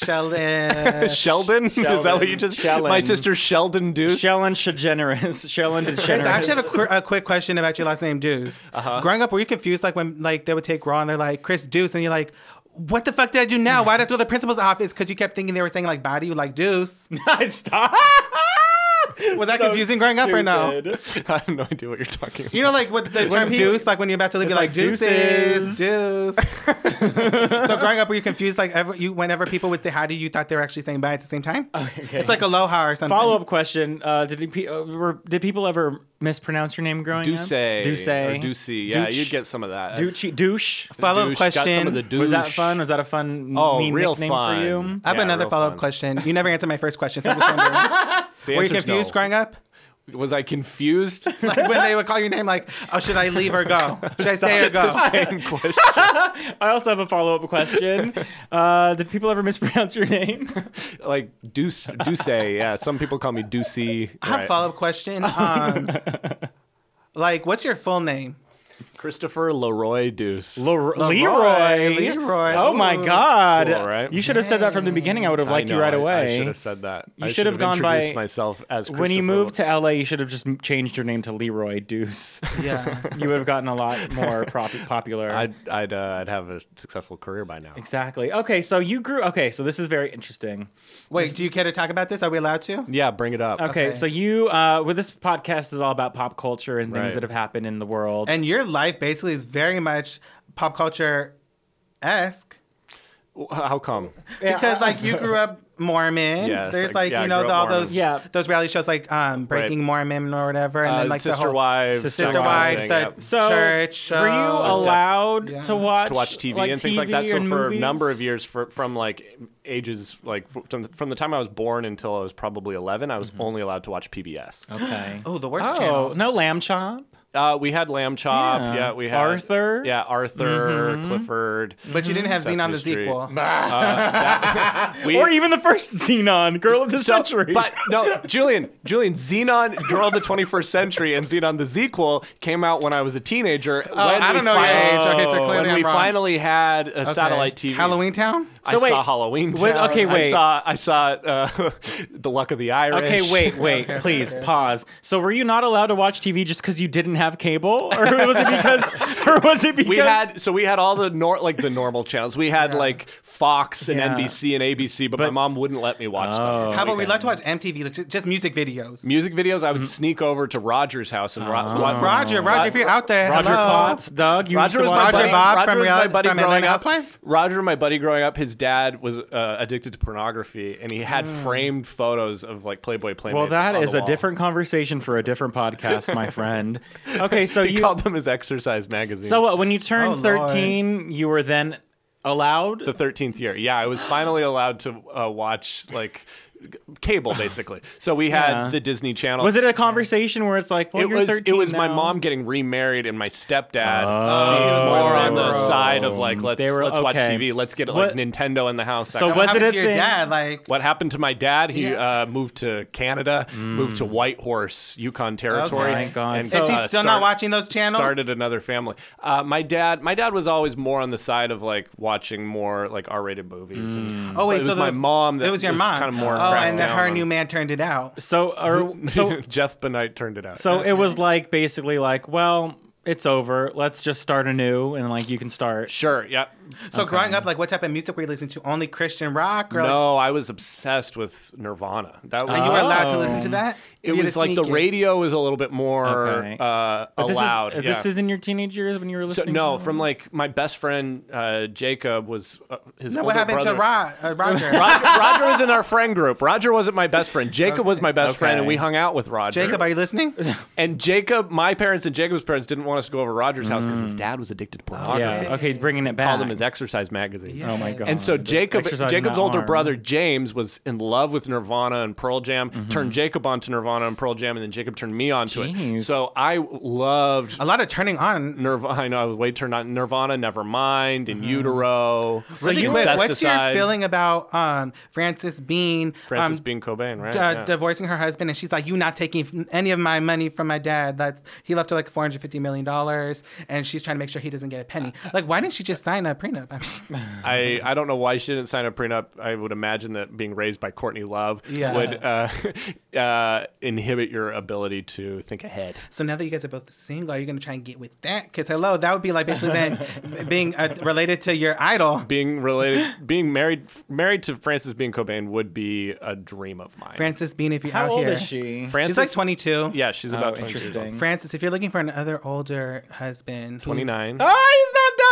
Shelley.
Sheldon? Is that what you
uh, Sheldon.
just?
Sheldon.
My sister Sheldon Deuce.
Shellen Shagenerous. Shellen DeGeneres.
I actually have a, qu- a quick question about your last name, Deuce. Growing up, were you confused like when like they would take Raw and they're like Chris Deuce, and you're like, what the fuck did I do now? Why did I throw the principal's office? Because you kept thinking they were saying like body, you like Deuce.
I stop.
Was that confusing growing up or no?
I have no idea what you're talking about.
You know, like with the term
he-
Deuce, like when you're about to leave,
It's
you're like,
like,
Deuces,
deuces.
Deuce. so growing up, were you confused like ever, you whenever people would say hi to you, you thought they were actually saying bye at the same time?
Okay.
It's like aloha or something.
Follow up question: uh, Did he, pe- uh, were, did people ever mispronounce your name growing
Duce.
up? Duce.
Or Duce. Yeah,
Dooch.
you'd get some of that.
Ducey- douche.
Follow up
Douche. Got some
question.
of the douche.
Was that fun? Was that a fun
Oh,
mean
real
nickname
fun.
for you?
I have
Yeah,
another
real
follow up
fun.
question. You never answered my first question, so I'm just wondering.
The
were you
answer's
confused
no.
growing up?
Was I confused?
Like when they would call your name, like, oh, should I leave or go? Should I stay or go?
Same question.
I also have a follow up question. uh, did people ever mispronounce your name?
like Deuce, Deuce. Yeah, some people call me Deucey.
I have a follow up question. Um, like, what's your full name?
Christopher Leroy Deuce.
Leroy.
Leroy,
Leroy.
Leroy.
Oh my
Ooh.
God!
Cool, right?
You should have said that from the beginning. I would have
I
liked
know,
you right
I-
away.
I should have said that.
You
I
should have gone by-
introduced myself as
when you
Christopher
moved
Le-
to LA, you should have just m- changed your name to Leroy Deuce.
Yeah.
you would have gotten a lot more prop- popular.
I'd I'd, uh, I'd have a successful career by now.
exactly. Okay, so you grew. Okay, so this is very interesting.
Wait, do you care to talk about this? Are we allowed to?
Yeah, bring it up.
Okay,
Okay.
so you, uh, well, this podcast is all about pop culture and things
Right.
that have happened in the world.
And your life basically is very much pop culture esque.
Wh- How come?
Yeah,
because
I-
like you grew up Mormon.
Yes,
There's
I-
like
yeah, I
you know
grew
the, all
up
those
Mormon. Yeah.
those reality shows like um Breaking Mormon or whatever, and then
Uh,
like the
sister
whole,
wives, that
sister
kind of
wives,
thing,
the
yep.
so
church.
were you
shows.
allowed
Yeah.
to watch
to watch TV
like,
and things like that.
TV
So
and
for
movies?
a number of years, for, from like ages like fr- from, from the time I was born until I was probably eleven, I was only allowed to watch PBS.
Okay.
Oh, the worst
Oh
channel.
no, Lamb Chop.
Uh, we had Lamb Chop.
Yeah.
Yeah, we had
Arthur.
Yeah, Arthur, Clifford.
But you didn't have Xenon
Sesame
the
Street.
sequel.
we,
or even the first Xenon, Girl of the
so-
Century.
But no, Julian, Julian, Xenon, Girl of the 21st Century, and Xenon the sequel came out when I was a teenager.
Uh,
Oh,
when
I
we
don't know
fin-
your age. Okay, so
Oh.
clearly
When
I'm
we
wrong.
finally had a
Okay.
satellite TV.
Halloween Town.
I
So wait.
saw Halloween.
Wait,
Town.
okay,
I
wait.
saw I saw uh, the Luck of the Irish.
Okay, wait, wait, please pause. So, were you not allowed to watch TV just because you didn't have cable, or was it because, or was it because
We had so we had all the nor like the normal channels. We had like Fox and
Yeah.
NBC and ABC, but,
But-
my
Oh.
mom wouldn't let me watch them.
How about we like to watch MTV, like, ju- just music videos.
Music videos, I would sneak over to Roger's house and Um, ro- watch-
Uh, Roger, Roger, if you're out there,
Mm. Oh. Roger
hello.
Klotz, Doug? You
Roger
used
was
to
my
watch
Roger
buddy.
Bob
Roger
from
was my
reality-
buddy
from
growing
Atlanta
up.
Housewives?
Roger, my buddy growing up, his dad was uh, addicted to pornography, and he had framed photos of like Playboy playmates.
Hmm. Well, that
on the
is a
wall.
different conversation for a different podcast, my friend. Okay, so
He
you,
called them his exercise magazine.
so uh, what? When you turned
Oh, Lord.
thirteen, you were then allowed.
the thirteenth year. Yeah, I was finally allowed to uh, watch like g- cable, basically. So we had
Yeah.
the Disney Channel.
was it a conversation where it's like, well,
It
you're
was,
13
it was my
now?
mom getting remarried and my stepdad
Oh.
being more on the
They were-
side of like let's
they were-
let's watch
okay.
TV, let's get like
What-
Nintendo in the house. that
So
kind of
was
Happened
it a
to your
thing?
dad? Like,
What happened to my dad? He
Yeah.
uh, moved to Canada, moved to
Mm.
Whitehorse, Yukon Territory.
Oh my
God.
And,
So-
is he
uh,
still
start-
not watching those channels?
Started another family. Uh, my dad, my dad was always more on the side of like watching more like R-rated
Mm.
movies. And,
Oh wait,
but it was
so
my
the-
mom. That
it was your mom.
Kind of more.
oh,
cracked
and that
down
her
on.
new man turned it out.
So, or so,
Jeff Benight turned it out.
so it was like basically like, well, it's over. Let's just start anew, and like you can start.
sure. Yep.
So growing up, like, what type of music were you listening to? Only Christian rock, or like,
No, I was obsessed with Nirvana. That was
and you were allowed to
Oh.
listen to that?
It
You had to
was like the
sneak it.
radio was a little bit more
Okay.
uh,
But this
allowed.
Is,
yeah.
This is in your teenage years when you were
So,
listening.
no,
to-
from like my best friend uh, Jacob was uh, his.
No, what
older
happened
brother.
to Rod, uh, Roger?
Roger, Roger was in our friend group. Roger wasn't my best friend. Jacob was my best friend, and
Okay.
we hung out with Roger.
Jacob, are you listening?
and
Mm.
Jacob, my parents and Jacob's parents didn't want us to go over to Roger's house because his dad was addicted to pornography.
Oh, yeah. Okay, bringing it back.
Called him his exercise magazines.
Yeah. Oh my
god.
And so Jacob,
Exercise
Jacob's
my
older
arm.
brother James was in love with Nirvana and Pearl Jam.
Mm-hmm.
Turned Jacob on to Nirvana and Pearl Jam, and then Jacob turned me on to it.
Jeez.
So I loved
A lot of turning on.
Nirvana. I know I was way turned on Nirvana, Nevermind, In Utero. So
you
Wait, Mm-hmm. what's your feeling about um, Frances Bean?
Francis
um,
Bean Cobain, right?
d- uh,
Yeah.
divorcing her husband, and she's like, "You not taking f- any of my money from my dad. That he left her like four hundred fifty million dollars, and she's trying to make sure he doesn't get a penny. Like, why didn't she just sign a prenup? I mean,
I, I don't know why she didn't sign a prenup. I would imagine that being raised by Courtney Love
Yeah.
would uh, uh, inhibit your ability to think ahead.
so now that you guys are both single, are you gonna try and get with that? Because hello, that would be like basically then being uh, related to your idol.
Being related, being married, married to Francis Bean Cobain would be a dream of mine.
Frances Bean, if you're
How
out
old
here,
is she?
She's
Frances,
like twenty two.
Yeah, she's
Oh,
about 22.
interesting.
Frances, if you're looking for another older husband, who's-
29.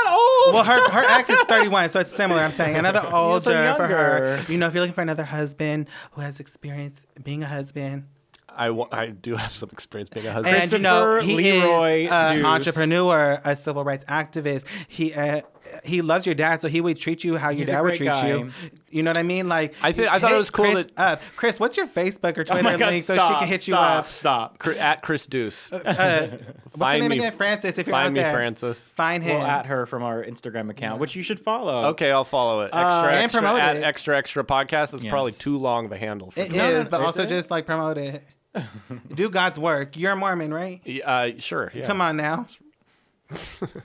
Oh, Ah,
Well,
he's not that old.
her her ex is 31, so it's similar. I'm saying another
so
older for her.
younger.
You know, if you're looking for another husband who has experience being a husband,
I, wa- I do have some experience being a husband.
and you know
Christopher
he
Leroy
is an
Deuce.
entrepreneur, a civil rights activist. He uh, he loves your dad, so he would treat you how your
He's a
dad would
great
treat
guy.
you. You know what I mean? Like
I thi- I thought it
hit
was cool
Chris
that-
up. Chris, what's your Facebook or
Oh
Twitter
my God,
link so
stop,
she can hit you
stop,
up?
Stop.
Cr- at Chris Deuce.
Uh, what's
Find
her name
me-
again? Francis. If you're out
Find me,
there,
Francis.
Find him.
We'll at her from our Instagram account, which you should follow.
Okay, I'll follow it. Extra,
and
extra,
promote
at
it.
extra, extra podcast. That's
Yes.
probably too long of a handle for
It is,
me.
but
is
also
it?
just like promote it. Do God's work. You're a Mormon, right?
Uh, sure. Yeah.
Come on now.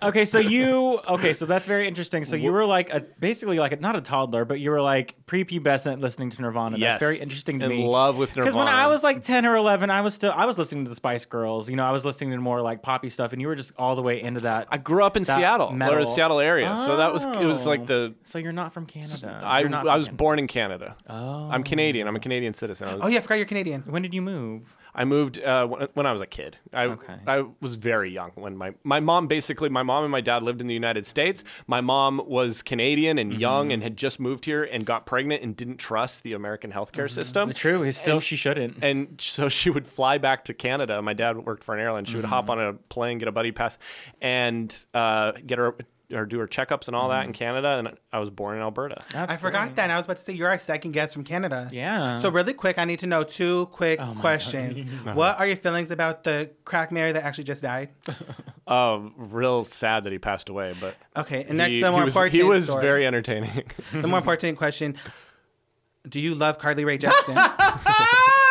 Okay, so you okay, so that's very interesting. So you were like a basically like a, not a toddler, but you were like prepubescent listening to Nirvana.
Yes.
That's very interesting to
in
me.
love with Nirvana.
Because when I was like ten or eleven, I was still I was listening to the Spice Girls. You know, I was listening to more like poppy stuff, and you were just all the way into that.
I grew up in
that
Seattle, or
metal.
Seattle area, so that was it was
Oh.
like the
so you're not from Canada. Oh.
I
You're not
I
from
was
Canada.
born in Canada.
Oh.
I'm Canadian. I'm a Canadian citizen. I, was-
Oh yeah, I forgot you're Canadian.
When did you move?
I moved uh, when, when I was a kid. I
Okay.
I was very young when my my mom basically my mom and my dad lived in the United States. My mom was Canadian and
Mm-hmm.
young and had just moved here and got pregnant and didn't trust the American healthcare
Mm-hmm.
system.
True, is still she shouldn't.
Um, and so she would fly back to Canada. My dad worked for an airline. She would hop
Mm-hmm.
on a plane, get a buddy pass, and uh, get her or do her checkups and all that
Mm-hmm.
in Canada. And I was born in Alberta.
That's
I forgot
great.
that. And I was about to say you're our second guest from Canada.
Yeah.
So really quick, I need to know two
Oh
quick questions.
Uh-huh.
What are your feelings about the crack Mary that actually just died?
Oh, real sad that he passed away, but
Okay, and that's
he,
the
he
more
was,
important.
he was
story.
very entertaining.
The more important question: Do you love Carly Rae Jepsen?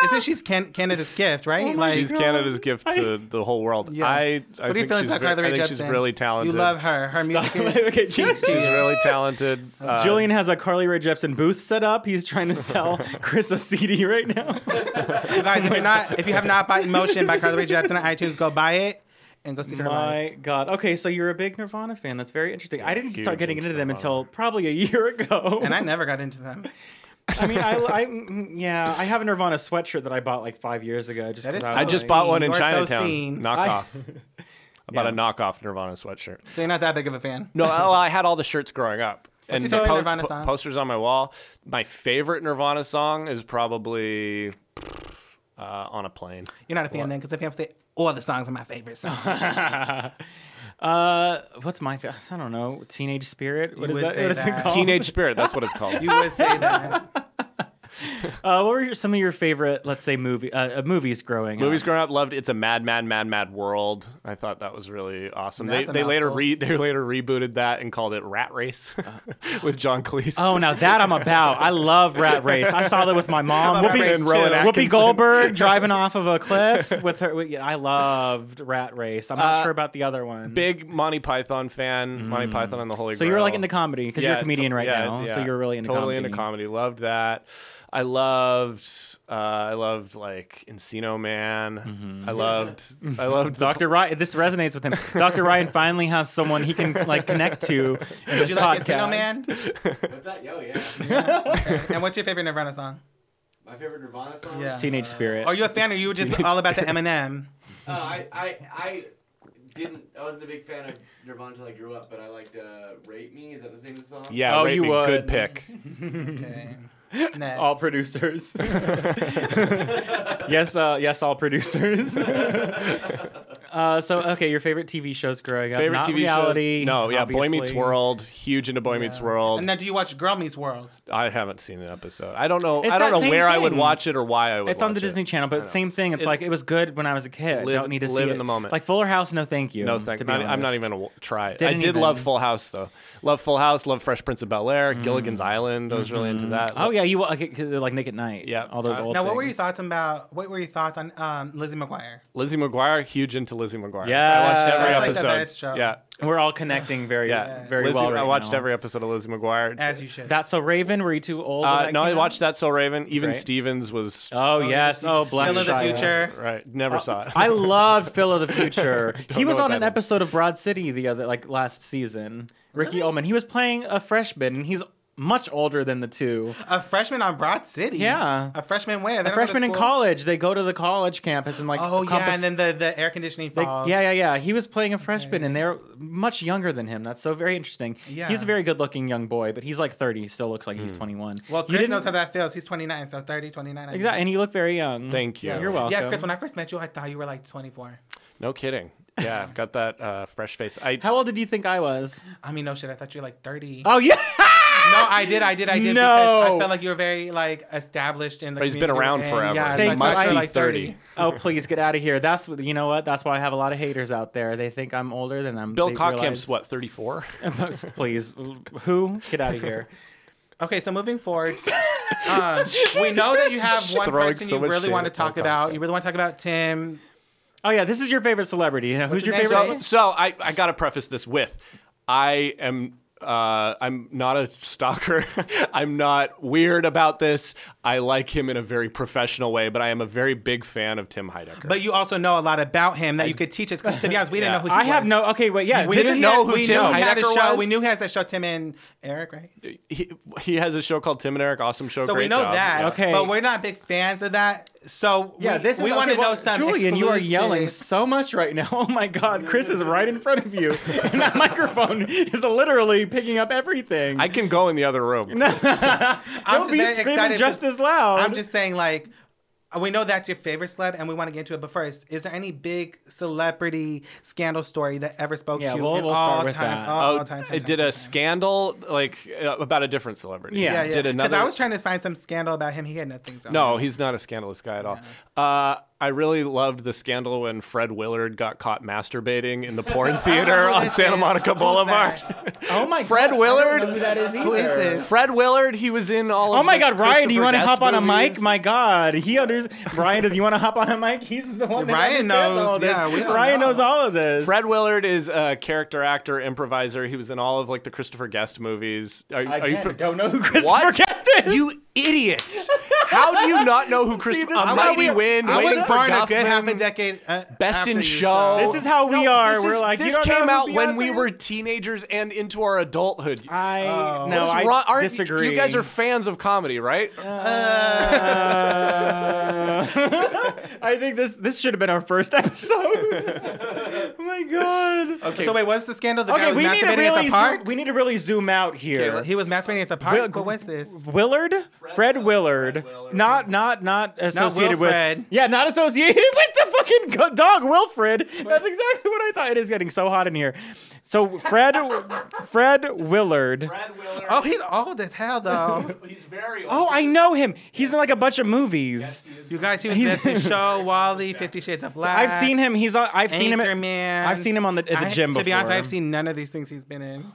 Isn't she's Can- Canada's gift, right? like,
She's Canada's gift to the whole world.
Yeah.
I, Oh I
what are your
think,
feelings
she's,
about
ve-
Carly Rae
I
Jepsen?
think she's really talented.
You love her. Her music. is-
okay, Jinx,
She's really talented. Uh,
Julian has a Carly Rae Jepsen booth set up. He's trying to sell Chris a CD right now.
You guys, if you're not, if you have not bought "Emotion" by Carly Rae Jepsen on iTunes, go buy it and go see her live.
My God. Okay, so you're a big Nirvana fan. That's very interesting. I didn't
Huge
start getting into
into
them
Nirvana.
until probably a year ago.
And I never got into them.
I mean, I, I- mm, yeah, I have a Nirvana sweatshirt that I bought like five years ago. Just
That is
'cause
I
was
just
like-
bought one in
You're so
Chinatown.
seen.
knockoff. I bought
Yeah.
a knockoff Nirvana sweatshirt.
So you're not that big of a fan.
No, well, I had all the shirts growing up. And
your
the
favorite
po-
Nirvana
po-
song?
posters on my wall. My favorite Nirvana song is probably uh, on a plane.
You're not a fan then, because if you have to say all the songs are my favorite songs.
Uh, what's my? Fa- I don't know. Teenage Spirit. What
You would
is that?
say
What is it
that.
called?
Teenage Spirit, that's what it's called.
Oh. you would say that.
Uh, what were your, some of your favorite, let's say, movie uh, uh, movies growing?
Movies
up?
growing up loved it's a mad mad mad mad world. I thought that was really awesome. They,
That's a
they later
mouthful.
re- they later rebooted that and called it Rat Race with John Cleese.
Uh. Oh, now that I'm about. I love Rat Race. I saw that with my mom.
Rat Race
Whoopi,
And Rowan too.
Whoopi
Atkinson.
Goldberg driving off of a cliff with her. with- yeah, I loved Rat Race. I'm not
Uh,
sure about the other one.
Big Monty Python fan. Monty Python and the Holy
Mm. so
Grail.
you're like into comedy because you're a
to-
comedian right
yeah,
now. So
yeah.
you're really into
totally
comedy.
into comedy. Loved that. I loved. Uh, I loved like Encino Man.
Mm-hmm.
I loved. I loved. the-
Dr. Ryan, this resonates with him. Dr. Ryan finally has someone he can like connect to in this
Did you like
podcast.
Casino Man?
What's that? Yo, yeah.
And what's your favorite Nirvana song?
My favorite Nirvana song.
Yeah.
Teenage Spirit.
Are you a fan, or you just all about the Eminem?
Uh, I, I, I didn't. I wasn't a big fan of Nirvana until I grew up, but I liked uh, "Rape Me." Is that the name of the song?
yeah,
Oh,
rate
you
me.
would.
good pick.
Okay. Next.
all producers. yes, uh, yes, all producers. Uh, so okay, your favorite TV shows growing up?
Favorite
Not
TV
reality,
shows? No, yeah, Boy Meets
obviously.
World, huge into Boy Meets World.
And now, do you watch Girl Meets World?
I haven't seen an episode. I don't know.
It's
I don't
that
know
same
where I would
thing.
watch it or why I would.
It's on the
watch it.
Disney Channel, but same thing. It's
It-
like it was good when I was a kid.
Live-
I don't need to see
live
it.
in the moment.
Like Fuller House, no thank you.
No, thank
to
you.
be
I'm not
honest.
even gonna w- try it. I
Didn't
did love
even-
Full House though. Love Full House. Love Fresh Prince of Bel Air. Gilligan's Island. I was really into that.
Mm-hmm. Oh yeah, you like, like Nick at Night.
Yeah.
all those
Uh,
old.
Now, what were your
things.
thoughts about? What were your thoughts on um, Lizzie McGuire?
Lizzie McGuire. Huge into Lizzie McGuire.
Yeah.
I watched every
That's like the
episode.
best show.
Yeah,
We're all connecting very,
yeah.
very
Lizzie,
well. Right
I watched
now.
every episode of Lizzie McGuire.
As you should.
That's so Raven. Were you too old? when
Uh,
that
no, I
came out?
watched that. So Raven. Even
Great.
Stevens was.
Oh yes. Oh, bless
Bill of the
Shia.
Future.
Right. Never saw it.
Uh, I loved Phil of the Future. he
know
was
what
on
that
an
is.
episode of Broad City the other like last season. Ricky Ullman. He was playing a freshman and he's much older than the two.
A freshman on Broad City.
Yeah.
A freshman where? They
A
don't go to
freshman in
school?
college, they go to the college campus and like
Oh yeah,
compass-
and then the, the air conditioning
they-
falls.
yeah, yeah, yeah. He was playing a freshman, and they're much younger than him. That's so very interesting. he's
Yeah.
a very good-looking young boy, but he's like thirty. Still looks like
Hmm.
he's twenty-one.
Well,
You
Chris
didn't-
knows how that feels. He's 29, so 30, 29. I think.
Exactly, and you look very young.
Thank you.
You're welcome.
Yeah, Chris. When I first met you, I thought you were like 24.
No kidding. Yeah, got that uh, fresh face. I
How old did you think I was?
I mean, no shit. I thought you were like 30.
Oh yeah.
No, I did, I did, I did. Because
No.
I felt like you were very like established in the.
But he's been
community
around
and-
forever.
Yeah,
He
like,
must
I was,
be
like, 30.
oh please get out of here. That's what you know what. That's why I have a lot of haters out there. They think I'm older than I'm.
Bill
they realize-
Cockham's what 34.
please, who get out of here?
Okay, so moving forward, um, we know that you have one
Throwing
person
so
you
much
really
shade
want to
at
talk
Bill
about.
Cosby.
You really want to talk about Tim.
Oh yeah, this is your favorite celebrity. You know, who's your
his
favorite?
name?
So, so I, I got to preface this with I am uh, I'm not a stalker. I'm not weird about this. I like him in a very professional way, but I am a very big fan of Tim Heidecker.
But you also know a lot about him that you could teach us. 'cause to be honest, we didn't know who. He
I have
was.
no. Okay, wait. Yeah,
We
didn't
he had-
know who
we
Tim
knew he had a
Heidecker
show.
was?
We knew he has that show. Tim and Eric, right?
he, he has a show called Tim and Eric Awesome Show.
So
Great
we know
Job.
that.
Okay.
But we're not big fans of that. So
Yeah,
we,
this is
we
okay,
want to
well,
know some.
Julian, you are
exclusive-
yelling so much right now. Oh my God, Chris is right in front of you, and that microphone is literally picking up everything.
I can go in the other room.
I'm
He'll be
very
screaming
excited
just
because-
as loud.
I'm just saying, like, we know that's your favorite celeb, and we want to get into it. But first, is there any big celebrity scandal story that ever spoke
Yeah,
to you
we'll-
in
we'll start
all
with
times?
that.
All, all time, time,
Oh, it
time,
did
time, time.
a scandal like uh, about a different celebrity.
Yeah.
Yeah, yeah.
Did another.
Because I was trying to find some scandal about him. He had nothing. So
No, he's not a scandalous guy at all. Uh, I really loved the scandal when Fred Willard got caught masturbating in the porn theater
who
on
this
Santa
is.
Monica
Who's
Boulevard.
oh my
Fred
God, I don't know who
Willard.
that is either.
Who is this?
Fred Willard. He was in all.
Oh
of
my
the
God, Ryan! Do you
Christopher
want to
Guest
hop on a mic?
movies.
My God, he unders. Ryan, does you want to hop on a mic? He's the one that
Ryan
understands
knows-
all this.
yeah, we don't
Ryan
know.
knows all of this.
Fred Willard is a character actor, improviser. He was in all of like the Christopher Guest movies. Are, are you?
Again,
fr-
don't know who Christopher
What?
Guest is.
You idiots! How do you not know who Christopher?
this
A
is-
Mighty
I was-
Wind,
I was
Waiting for
born a good
Guffman.
half a decade. Uh,
Best in
after you,
Show.
so-
this is how we
No,
are.
This
We're
is-
like you
this
don't know
came
who
out when
Beyonce
we
is?
were teenagers and into our adulthood.
I
Oh.
no,
What is
I
wrong- aren't-
disagree.
You guys are fans of comedy, right?
Uh, I think this this should have been our first episode. oh my god.
okay,
So wait, what's the scandal? The guy
Okay,
was
we need to
masturbating at
really
the
zo-
park.
we need to really zoom out here.
He was masturbating at the
Will-
park. But what's this?
Willard, Fred, Willard.
Willard.
not not not associated with.
Wilfred.
Yeah, not associated with the fucking go- dog Wilfred. That's exactly what I thought. It is getting so hot in here. So Fred, Fred Willard.
Brad Willard.
Oh, he's old as hell, though.
he's very old.
Oh, I know him. He's in like a bunch of movies.
you guys, he was
He's-
Best in Show, Wally, Fifty Shades of Black.
I've seen him. He's on. I've seen him. At,
Anchorman.
I've seen him on the at the
I-
gym
To be honest,
before.
I've seen none of these things he's been in.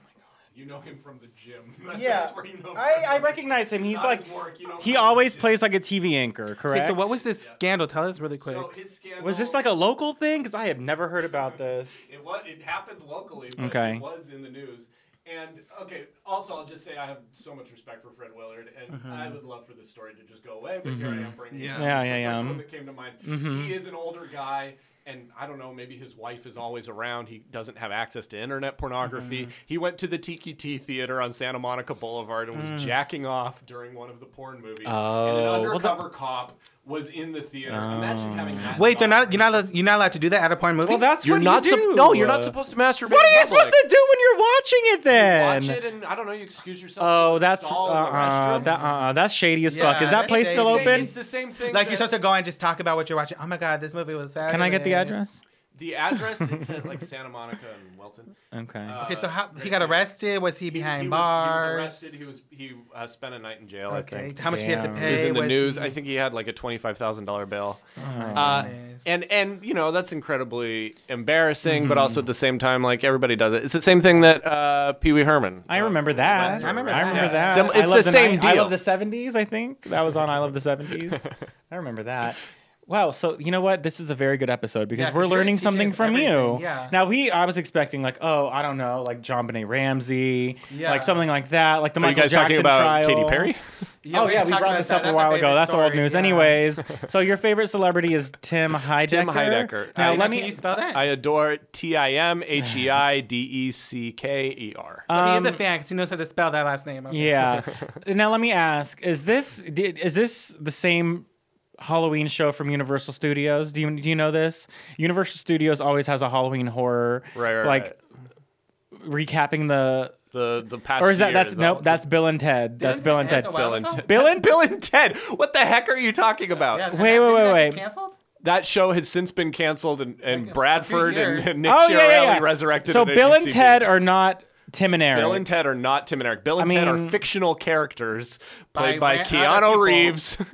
You know him from the gym.
Yeah,
That's where you know him.
I, I recognize him. He's
Not
like
his work, you know
he
him from
always
the gym.
plays like a TV anchor, correct?
Okay, so what was this scandal? Tell us really quick.
So his scandal.
was this like a local thing? Because I have never heard about this.
It was. It happened locally, but
Okay.
it was in the news. And okay, also I'll just say I have so much respect for Fred Willard, and I would love for this story to just go away, but here I am bringing
Yeah.
it up.
Mm-hmm. Yeah, yeah,
It's the
yeah. Mm-hmm.
First one that came to mind. He is an older guy, and I don't know, maybe his wife is always around. He doesn't have access to internet pornography.
Mm-hmm.
He went to the Tiki T Theater on Santa Monica Boulevard and was jacking off during one of the porn movies. and
Mm. Oh, well,
an
that-
undercover cop was in the theater. Imagine having that.
Wait, they're
knowledge.
not. You're not. Allowed, you're not allowed to do that at a porn movie.
Well, that's
you're
what
not.
You
sup-
do.
no, you're not supposed to masturbate.
What are
in
you supposed to
public.
do when you're watching it then?
Watch it and I don't know. You excuse yourself.
Oh,
to
that's uh,
stall in the
uh,
restroom.
that, uh, that's shady as
Yeah,
fuck. Is that
that's
place
shady.
still
It's-
open?
It's the same thing.
like you're
that-
supposed to go and just talk about what you're watching. Oh my god, this movie was sad.
Can I get the address?
The address it said like Santa Monica and Welton.
Okay.
Okay,
Uh,
so how, he got arrested? Was he
He-
behind
he was-
bars?
he was arrested. He was he uh, spent a night in jail. I
Okay,
think.
how much did he have to
Damn.
pay?
He was in the
Was
news.
he- Oh,
I think he had like a twenty-five thousand dollar bail.
my
Uh,
goodness.
and and you know that's incredibly embarrassing, but also at the same time, like everybody does it. It's the same thing that uh, Pee Wee Herman.
I remember that.
I remember that.
that.
Some-
I
it's
love
the same
ni- I
deal.
love the 70s, I think. That was on I Love the 70s. I remember that. Wow, so you know what? This is a very good episode because
Yeah, 'cause
we're
you're
learning
teaching
something
us
from you.
everything, yeah.
Now we I was expecting like, oh, I don't know, like John Benet Ramsey,
Yeah.
like something like that, like the
Are
Michael
you guys
Jackson
talking about
trial.
Katy Perry?
oh
we
yeah,
had
we
talked
brought
about
this
that.
up a
That's our
while ago.
favorite
That's old
story,
news,
yeah.
anyways. So your favorite celebrity is Tim Heidecker.
Tim Heidecker.
Now
I-
let
Can
me.
you spell that?
I adore T I M H E I D E C K E R.
So
um,
he is a fan because he knows how to spell that last name. Okay.
Yeah. now let me ask: Is this did, is this the same Halloween show from Universal Studios? Do you do you know this? Universal Studios always has a Halloween horror,
Right, right,
like recapping the,
The the past
or is that
year,
that's
the-
nope, that's Bill and Ted. That's Bill and Ted.
That's a
Bill
while
and
ago?
Ted.
Bill
That's
and-
Bill and Ted. What the heck are you talking about?
Oh, Yeah,
Wait, wait,
didn't
wait,
that
wait.
get Canceled?
That show has since been canceled, and, and Bradford and,
years.
and Nick
oh
Chiarelli
yeah, yeah, yeah.
resurrected.
So
it at
Bill and
UCB.
Ted are not Tim and Eric.
Bill and Ted are not Tim and Eric. Bill and
I
Ted are
mean-
fictional characters played
By
by,
ra- other
Keanu
people.
Reeves.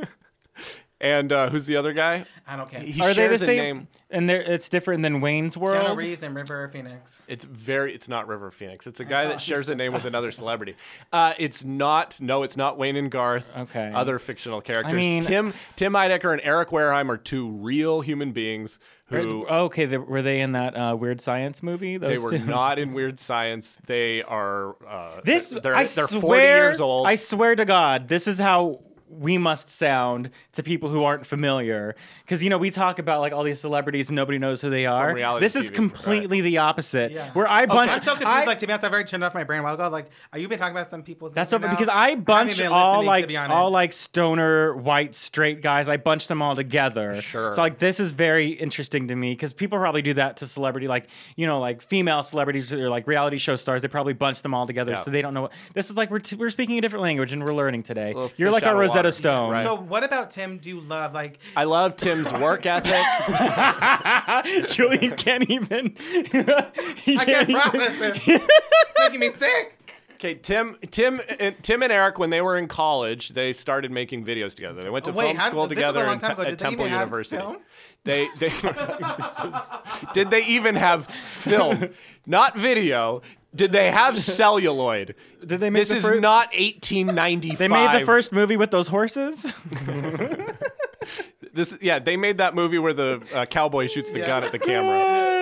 and uh, who's the other guy?
I don't care.
He
are they the
shares a
same?
name.
And they're, it's different than Wayne's World.
Keanu Reeves and River Phoenix.
It's very. It's not River Phoenix. It's a guy that shares a name with another celebrity. Uh, it's not. No, it's not Wayne and Garth.
Okay.
Other fictional characters.
mean-
Tim Tim Heidecker and Eric Wareheim are two real human beings who
Okay, they, were they in that uh, Weird Science movie? Those
they were
two?
not in Weird Science. They are. Uh,
This
They're,
I
they're
swear,
forty years old.
I swear to God, this is how we must sound to people who aren't familiar. Because you know we talk about like all these celebrities and nobody knows who they are.
reality
This is
TV,
completely the opposite.
Yeah.
Where I bunch,
I'm so confused.
I-
like to be honest, I've already turned off my brain a while ago. Like, are you been talking about some people's?
that's
names
over
right
because
now?
I
haven't
bunch
been
all
listening, to
like
be honest.
all like stoner white straight guys. I bunch them all together.
Sure.
So like this is very interesting to me because people probably do that to celebrity like you know like female celebrities or like reality show stars. They probably bunch them all together
Yeah.
so they don't know what this is like. We're t- we're speaking a different language and we're learning today.
Little
You're
fish
like
out
our
of
Rosetta
water.
Stone.
Right.
So, what about Tim? Do you love like?
I love Tim's work ethic.
Julian can't even. he
I
can't
can't
even-
process this. it's making me sick.
Okay, Tim, Tim, and, Tim and Eric, when they were in college, they started making videos together. They went to
Wait,
film
how-
school
this was a
together
long
in
time ago.
Te- at
Did they
Temple
even have
University.
film?
They, they did they even have film? Not video. Did they have celluloid?
Did they make
This
the
is
fir-
not 1895.
They made the first movie with those horses.
This, yeah, they made that movie where the uh, cowboy shoots the gun at the camera.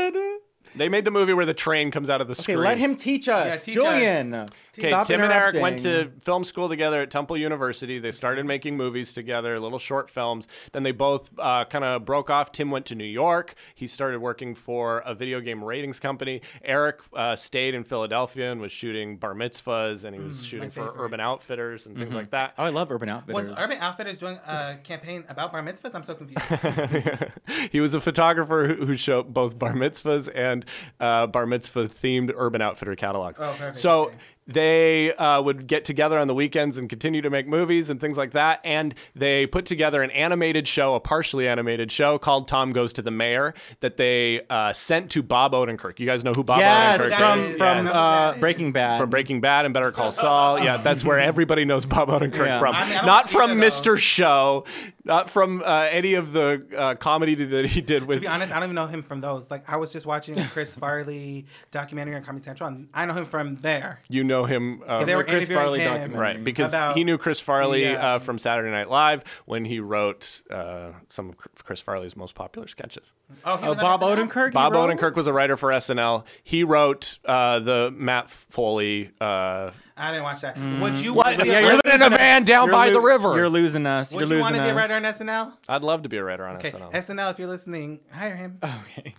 They made the movie where the train comes out of the
Okay,
screen.
let him teach us,
Yeah, teach
Julian.
Okay,
Stop
Tim and Eric
interrupting.
went to film school together at Temple University. They started making movies together, little short films. Then they both uh, kind of broke off. Tim went to New York. He started working for a video game ratings company. Eric uh, stayed in Philadelphia and was shooting bar mitzvahs and he was shooting for
favorite.
Urban Outfitters and things like that.
Oh, I love Urban
Was
Outfitters.
Urban Outfitters doing a campaign about bar mitzvahs? I'm so confused.
he was a photographer who, who shot both bar mitzvahs and uh, bar mitzvah themed Urban Outfitter catalogs.
Oh, perfect.
So
Okay.
they uh, would get together on the weekends and continue to make movies and things like that. And they put together an animated show, a partially animated show called Tom Goes to the Mayor that they uh, sent to Bob Odenkirk. You guys know who Bob
Yes,
Odenkirk
from
is?
from
Yes.
uh,
Yes.
Breaking Bad.
From Breaking Bad and Better Call Saul. Yeah, that's where everybody knows Bob Odenkirk
Yeah.
from.
I mean, I don't
not
see
from
that, though.
Mr. Show, not from uh, any of the uh, comedy that he did with
to be honest, I don't even know him from those. Like, I was just watching a Chris Farley documentary on Comedy Central, and I know him from there.
you know him uh,
they were
Chris
interviewing
Farley
him
documentary. right because
about-
he knew Chris Farley
Yeah.
uh, from Saturday Night Live when he wrote uh, some of Chr- Chris Farley's most popular sketches.
Oh, he
Uh,
was on
Bob
SNL?
Odenkirk. he
Bob
wrote?
Odenkirk was a writer for SNL. He wrote uh, the Matt Foley. Uh,
I didn't watch that. Would you
what?
want to be
Mm. Yeah,
a
you're
living in a van down
You're
by the
lo-
river.
You're losing us.
Would
you're
you
losing
want to be a
us.
writer on SNL?
I'd love to be a writer on
Okay,
SNL.
SNL, if you're listening, hire him.
Okay.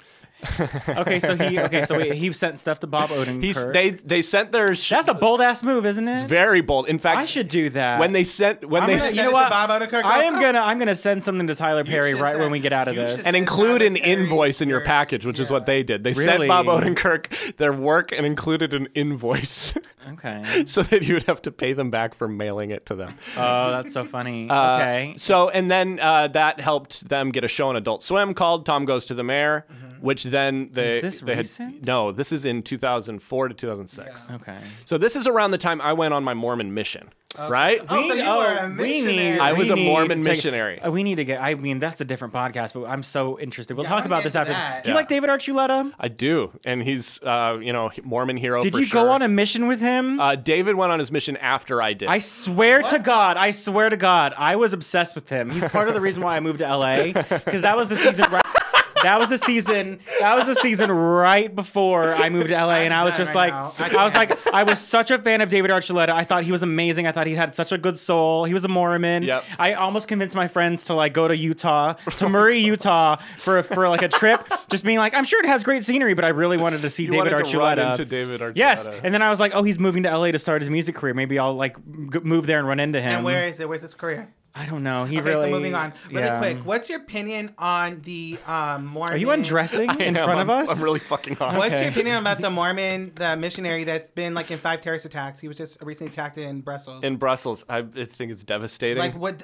okay, so he okay, so wait, he sent stuff to Bob Odenkirk.
He's, they they sent their sh-
That's a bold ass move, isn't it?
very bold. In fact,
I should do that.
when they sent when
I'm
they
gonna-
sent-
you know
Send it to
what?
Bob Odenkirk.
I am
Oh.
gonna I'm gonna send something to Tyler Perry
should
right
send-
when we get out of
you
this.
should
and
Send
include an
monetary
invoice in your
or-
package, which is
yeah.
what they did. They
Really?
sent Bob Odenkirk their work and included an invoice
Okay.
so that you would have to pay them back for mailing it to them.
Oh, that's so funny.
Uh,
okay.
So, and then uh, that helped them get a show on Adult Swim called Tom Goes to the Mayor. which then
Mm-hmm.
they
Is this
they
recent?
had no. This is in 2004 to 2006.
Okay.
So this is around the time I went on my Mormon mission,
Uh,
right?
Oh, so you were a
we need,
missionary.
I was
we
a
need
Mormon
to take-
missionary.
uh, we need to get. I mean, that's a different podcast, but I'm so interested. We'll
Yeah,
talk
I'll
about
get
this
to
after.
that.
Do you
Yeah.
like David Archuleta?
I do, and he's uh, you know Mormon hero.
Did
Oh, for
you
sure.
go on a mission with him?
Uh, David went on his mission after I did.
I swear to God, I swear to God, I was obsessed with him. He's part of the reason why I moved to LA because that was the season. Right, that was the season. That was the season right before I moved to LA, and
I'm
I was
done
just
right now.
like,
I
I, was like, I was such a fan of David Archuleta. I thought he was amazing. I thought he had such a good soul. He was a Mormon.
Yep.
I almost convinced my friends to like go to Utah, to Murray,
Oh,
Utah, for for like a trip. Just being like, I'm sure it has great scenery, but I really wanted to see
you
David
wanted
Archuleta.
to run into David Archuleta.
Yes, and then I was like, oh, he's moving to LA to start his music career. Maybe I'll like g- move there and run into him.
And where is it? Where's his career?
I don't know. He
Okay,
really.
so moving on. Really
yeah.
quick, what's your opinion on the um, Mormon?
Are you undressing in
Yeah,
front
I'm-
of us?
I'm really fucking hot.
What's
Okay.
your opinion about the Mormon, the missionary that's been like in five terrorist attacks? He was just recently attacked in Brussels.
in Brussels? I think it's devastating.
like, what?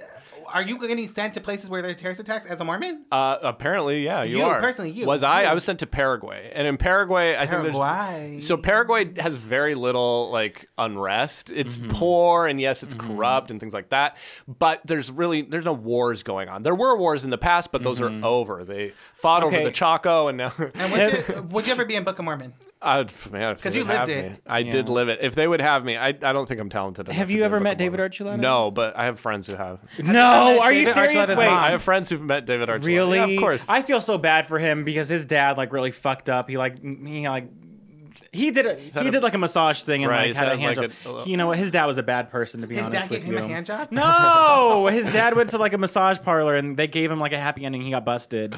Are you getting sent to places where there are terrorist attacks as a Mormon?
Uh, apparently, yeah, you,
You,
are.
personally, you,
was I?
you.
I was sent to Paraguay, and in Paraguay, I think
Paraguay.
there's so Paraguay has very little like unrest. It's
Mm-hmm.
poor, and yes, it's corrupt and things like that. But there's really there's no wars going on. There were wars in the past, but those are over. They fought
Mm-hmm. Okay.
over the Chaco, and now
And would, you, would you ever be in Book of Mormon?
uh, man, because
you lived it.
me, I did live it. If they would have me, I, I don't think I'm talented. enough
Have
to
you
be a
ever
Book
met
of
David
Mormon.
Archuleta?
No, but I have friends who have.
No. Are you
David
serious?
Archuleta's
Wait.
mom.
I have friends who've met David Archuleta.
Really?
Yeah, of course.
I feel so bad for him because his dad like really fucked up. He like he like he did a,
had
he
a-
did like a massage thing and
Right,
like
he's
had a
had,
hand
like,
job.
a-
you know what? His dad was a bad person to be
His dad
honest
gave him
with you.
a hand job.
No, his dad went to like a massage parlor and they gave him like a happy ending. He got busted.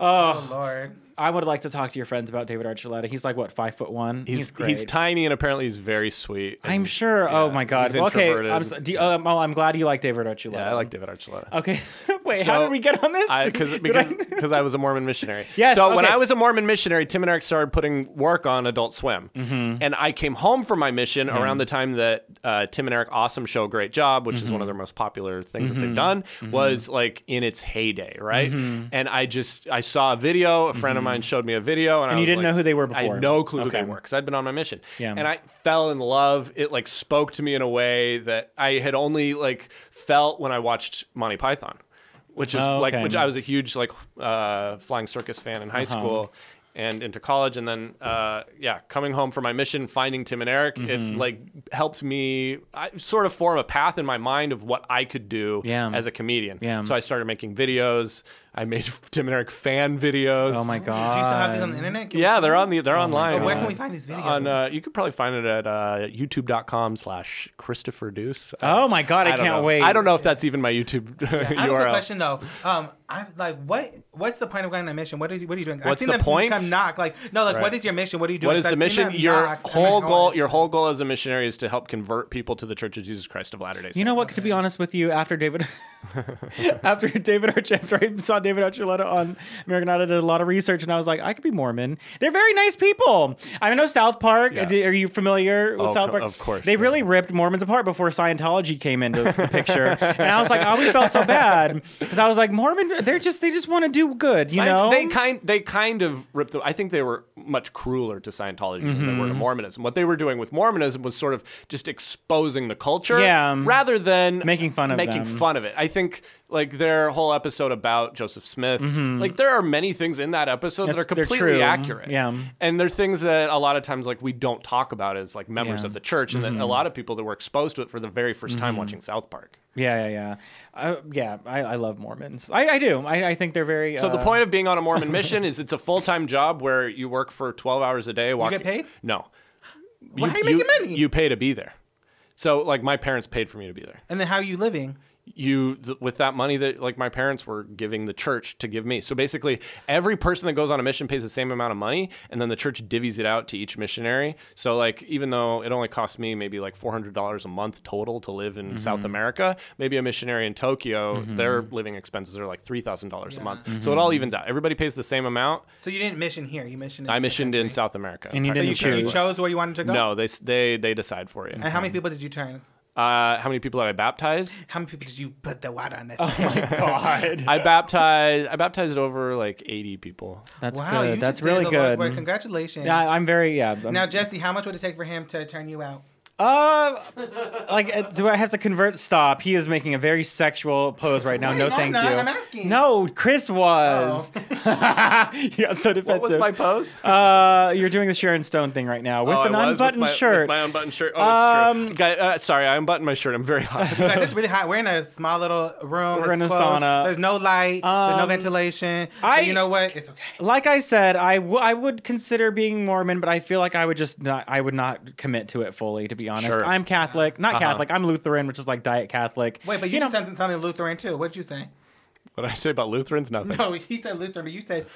Oh Lord.
I would like to talk to your friends about David Archuleta. He's like what five foot one.
He's he's,
great.
tiny and apparently he's very sweet. and-
I'm sure. oh
yeah,
my god.
he's
Well, okay.
introverted.
I'm so, do you, um, oh, I'm glad you like David Archuleta.
yeah, I like David Archuleta.
Okay. Wait, how
So,
did we get on this?
I, cause,
Did
because
I-
because I was a Mormon missionary.
Yes,
So when
okay.
I was a Mormon missionary, Tim and Eric started putting work on Adult Swim,
Mm-hmm.
and I came home from my mission around the time that uh, Tim and Eric Awesome Show Great Job, which is
Mm-hmm.
one of their most popular things that they've done, was like in its heyday, right?
Mm-hmm.
And I just I saw a video. A friend of mine showed me a video, and, I
you
was
didn't
like-
know who they were
I
before.
had no clue who they
Okay.
were because I'd been on my mission.
Yeah.
And I fell in love. It like spoke to me in a way that I had only like felt when I watched Monty Python, which is
Oh,
like
okay. Uh-huh.
which I was a huge like uh, flying circus fan in high school and into college, and then uh, yeah, coming home from my mission, finding Tim and Eric,
Mm-hmm.
it like helped me I, sort of form a path in my mind of what I could do
Yeah.
as a comedian.
Yeah.
So I started making videos. I made Tim and Eric fan videos.
oh my god.
Do you still have these on the internet? Can we-
Yeah, they're on the they're
Oh,
online.
where can
Uh,
we find these videos?
on uh, you could probably find it at uh, youtube.com slash christopher deuce
Oh my god! I,
don't
can't
know.
wait.
i don't know if that's even my youtube
I have a
url
question though. Um, I'm like, what? What's the point of going on a mission? What are you? What are you doing? I've
What's
seen
the
them
point?
Come knock. Like, no, like,
Right.
what is your mission? What are you doing?
what is
So
the
I've seen
mission
them
your
knock, and I'm
whole
like,
goal
oh,
your whole goal as a missionary is to help convert people to the church of jesus christ of latter day saints
You know what? To be honest with you, after David, after David Arch, after I saw David Archuleta on American Idol, I did a lot of research, and I was like, I could be Mormon. They're very nice people. I know South Park.
Yeah.
Are you familiar with
Oh,
South
co-
Park?
of course,
They
yeah.
really ripped Mormons apart before Scientology came into the picture, and I was like, I always felt so bad because I was like, Mormon. They're just they just want to do good, you
Scient-
know.
they kind they kind of ripped them. I think they were much crueler to Scientology than they
Mm-hmm.
were to Mormonism. What they were doing with Mormonism was sort of just exposing the culture,
Yeah, um,
rather than
making fun of
making
them.
fun of it. I think like their whole episode about Joseph Smith, like there are many things in that episode that
Mm-hmm. That's-
are
they're
completely
true.
accurate.
Yeah.
and they're things that a lot of times like we don't talk about as like members
Yeah. Mm-hmm.
of the church, and that a lot of people that were exposed to it for the very 1st time watching South Park.
yeah, yeah, yeah. I, yeah, I, I love Mormons. I, I do. I, I think they're very.
So
uh,
the point of being on a Mormon mission is it's a full time job where you work for twelve hours a day. Walking,
paid?
No.
Well, how you making money?
You pay to be there. So like my parents paid for me to be there.
And then how are you living?
You th- with that money that like my parents were giving the church to give me. So basically, every person that goes on a mission pays the same amount of money, and then the church divvies it out to each missionary. So like even though it only cost me maybe like four hundred dollars a month total to live in
Mm-hmm.
South America, maybe a missionary in Tokyo, their living expenses are like three thousand dollars a month. So
Mm-hmm.
it all evens out. Everybody pays the same amount.
So you didn't mission here. You missioned.
I
different
missioned in
country.
South America.
And you
But
didn't
you, you
choose.
chose where you wanted to go.
No, they they they decide for you.
And how many people did you turn?
Uh, how many people did I baptize?
How many people did you put the water on that?
Oh
God.
I baptized. I baptized over like 80 people.
That's
wow, you
good. That's
just did
really
the Lord's
good.
work. Congratulations.
Yeah, um, I'm very yeah. I'm-
now, Jesse, how much would it take for him to turn you out?
Uh, like, uh, do I have to convert? Stop. He is making a very sexual pose right now.
Wait,
no,
no, I'm
thank
not.
you.
I'm asking. Oh.
No, Chris was. he got so defensive.
What was my post?
uh, you're doing the Sharon Stone thing right now with
Oh, I
an
was
unbuttoned
with my,
shirt.
With my unbuttoned shirt. Oh, it's
Um,
true. Guy, uh, sorry, I unbuttoned my shirt. I'm very hot.
Guys, it's really hot. We're in a small little room.
We're in
that's
a
closed.
sauna.
There's no light. there's no
Um,
ventilation.
I-
but you know what? It's okay.
like I said, I, w- I would consider being Mormon, but I feel like I would just not I would not commit to it fully, to be honest.
Sure. Uh-huh.
I'm Catholic, not Catholic. I'm Lutheran, which is like diet Catholic.
Wait, but you,
know,
just said something Lutheran too. What'd you say?
what did I say about Lutherans? Nothing.
No, he said Lutheran, but you said,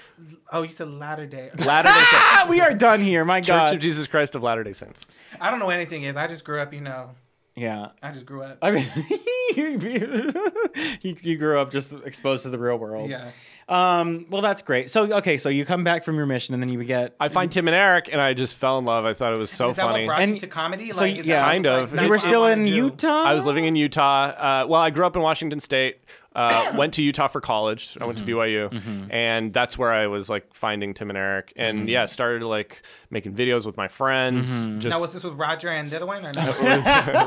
oh, you said Latter Day.
Latter Day Saints.
ah, we are done here. My
Church of
God.
Jesus Christ of Latter Day Saints.
I don't know what anything is. I just grew up. You know,
yeah.
I just grew up.
I mean, you, you grew up just exposed to the real world.
Yeah.
Um, well, that's great. So, okay, so you come back from your mission and then you get.
I find Tim and Eric, and I just fell in love. I thought it was so
is that what
funny.
brought
And
you to comedy?
so,
like, is that
yeah.
what
Kind
it's like,
of.
you
that's
were
what
still
wanna
in
do?
Utah?
I was living in Utah. Uh, well, I grew up in Washington State. Uh, went to Utah for college. I went to BYU, and that's where I was like finding Tim and Eric, and yeah, started like making videos with my friends.
Now,
Just
was this with Roger and the other one? Or no?
with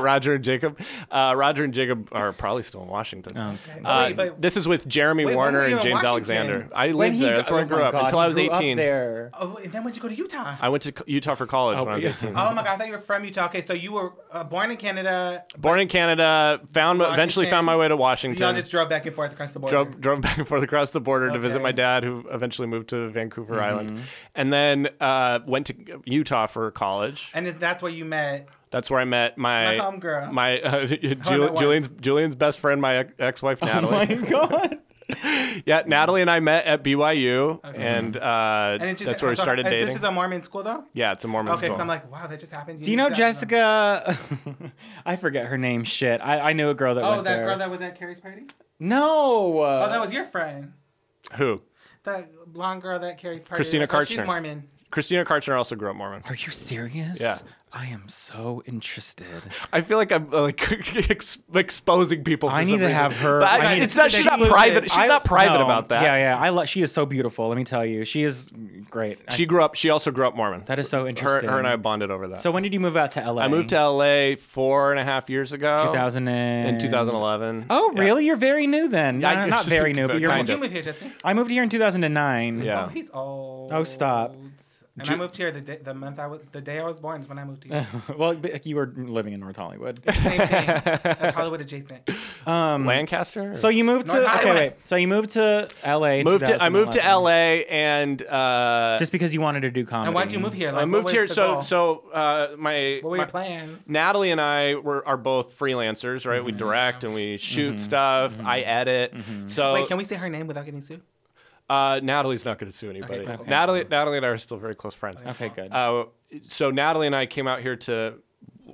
Roger and Jacob. Uh, Roger and Jacob are probably still in Washington.
Oh,
Uh,
wait, but-
this is with Jeremy
Wait, when
Warner
were you
and
in
James
Washington?
Alexander. I
When
lived
he
there.
got-
That's where I
oh my
grew up
God,
until
he
I was
grew up
18.
there.
oh, and then when did you go to Utah?
I went to co- Utah for college
Oh,
when I was
yeah.
18.
Oh my God, I thought you were from Utah. Okay, so you were uh, born in Canada.
Born in Canada, found eventually
Washington.
found my way to
You know,
Washington.
just drove back and forth across the border.
drove, drove back and forth across the border to visit
Okay.
my dad, who eventually moved to Vancouver
Mm-hmm.
Island, and then uh, went to Utah for college.
And is- that's where you met.
That's where I met my
My homegirl.
my uh, Ju-
that was.
Julian's Julian's best friend, my ex wife
Oh my
Natalie.
God.
yeah, Natalie and I met at BYU, and, uh,
And it just,
that's where we
so-
started
uh,
dating.
This is a Mormon school, though?
yeah, it's a Mormon
Okay,
school.
because I'm like, wow, that just happened.
Do you
knew
know
exactly that.
Jessica? I forget her name. Shit, I, I knew a girl that
Oh,
went
that
there.
girl that was at Carrie's party?
no.
Uh,
Oh, that was your friend.
who?
That blonde girl that Carrie's party.
Christina
Oh, she's
Karchner.
Mormon.
Christina Karchner also grew up Mormon.
Are you serious?
Yeah.
I am so interested.
I feel like I'm uh, like ex- exposing people. For
I
some
need to
reason.
have her.
But
I
I,
need-
it's not. She's not private. She's
I-
not private
no.
about that.
Yeah, yeah. I love. She is so beautiful. Let me tell you, she is great. I-
She grew up. She also grew up Mormon.
that is so
her,
interesting.
her and I bonded over that.
So when did you move out to LA?
I moved to LA four and a half years ago.
2000
in 2011.
Oh,
Yeah.
really? You're very new then.
Yeah, I
Nah,
guess
not very new, but you're.
When
Kind
did
of.
you move here, Jesse?
I moved here in 2009.
Oh,
Yeah.
he's old.
Oh, stop.
And I moved here the day, the month I was the day I was born is when I moved here.
well, but you were living in North Hollywood.
Same thing. That's Hollywood adjacent.
Um,
Lancaster.
So you moved
North
to okay,
Hollywood.
wait. So you moved to LA. in
moved to I moved to
2011,
LA and uh,
just because you wanted to do comedy.
And why'd you move here? Like,
I
what
moved
was
here.
the
So
goal?
so uh, my,
what were
my
your plans?
Natalie and I were are both freelancers, right? We direct and we shoot stuff. I edit. So
Wait, can we say her name without getting sued?
uh, Natalie's not going to sue anybody.
cool, cool.
Natalie Natalie and I are still very close friends.
Okay, good.
Uh, so Natalie and I came out here to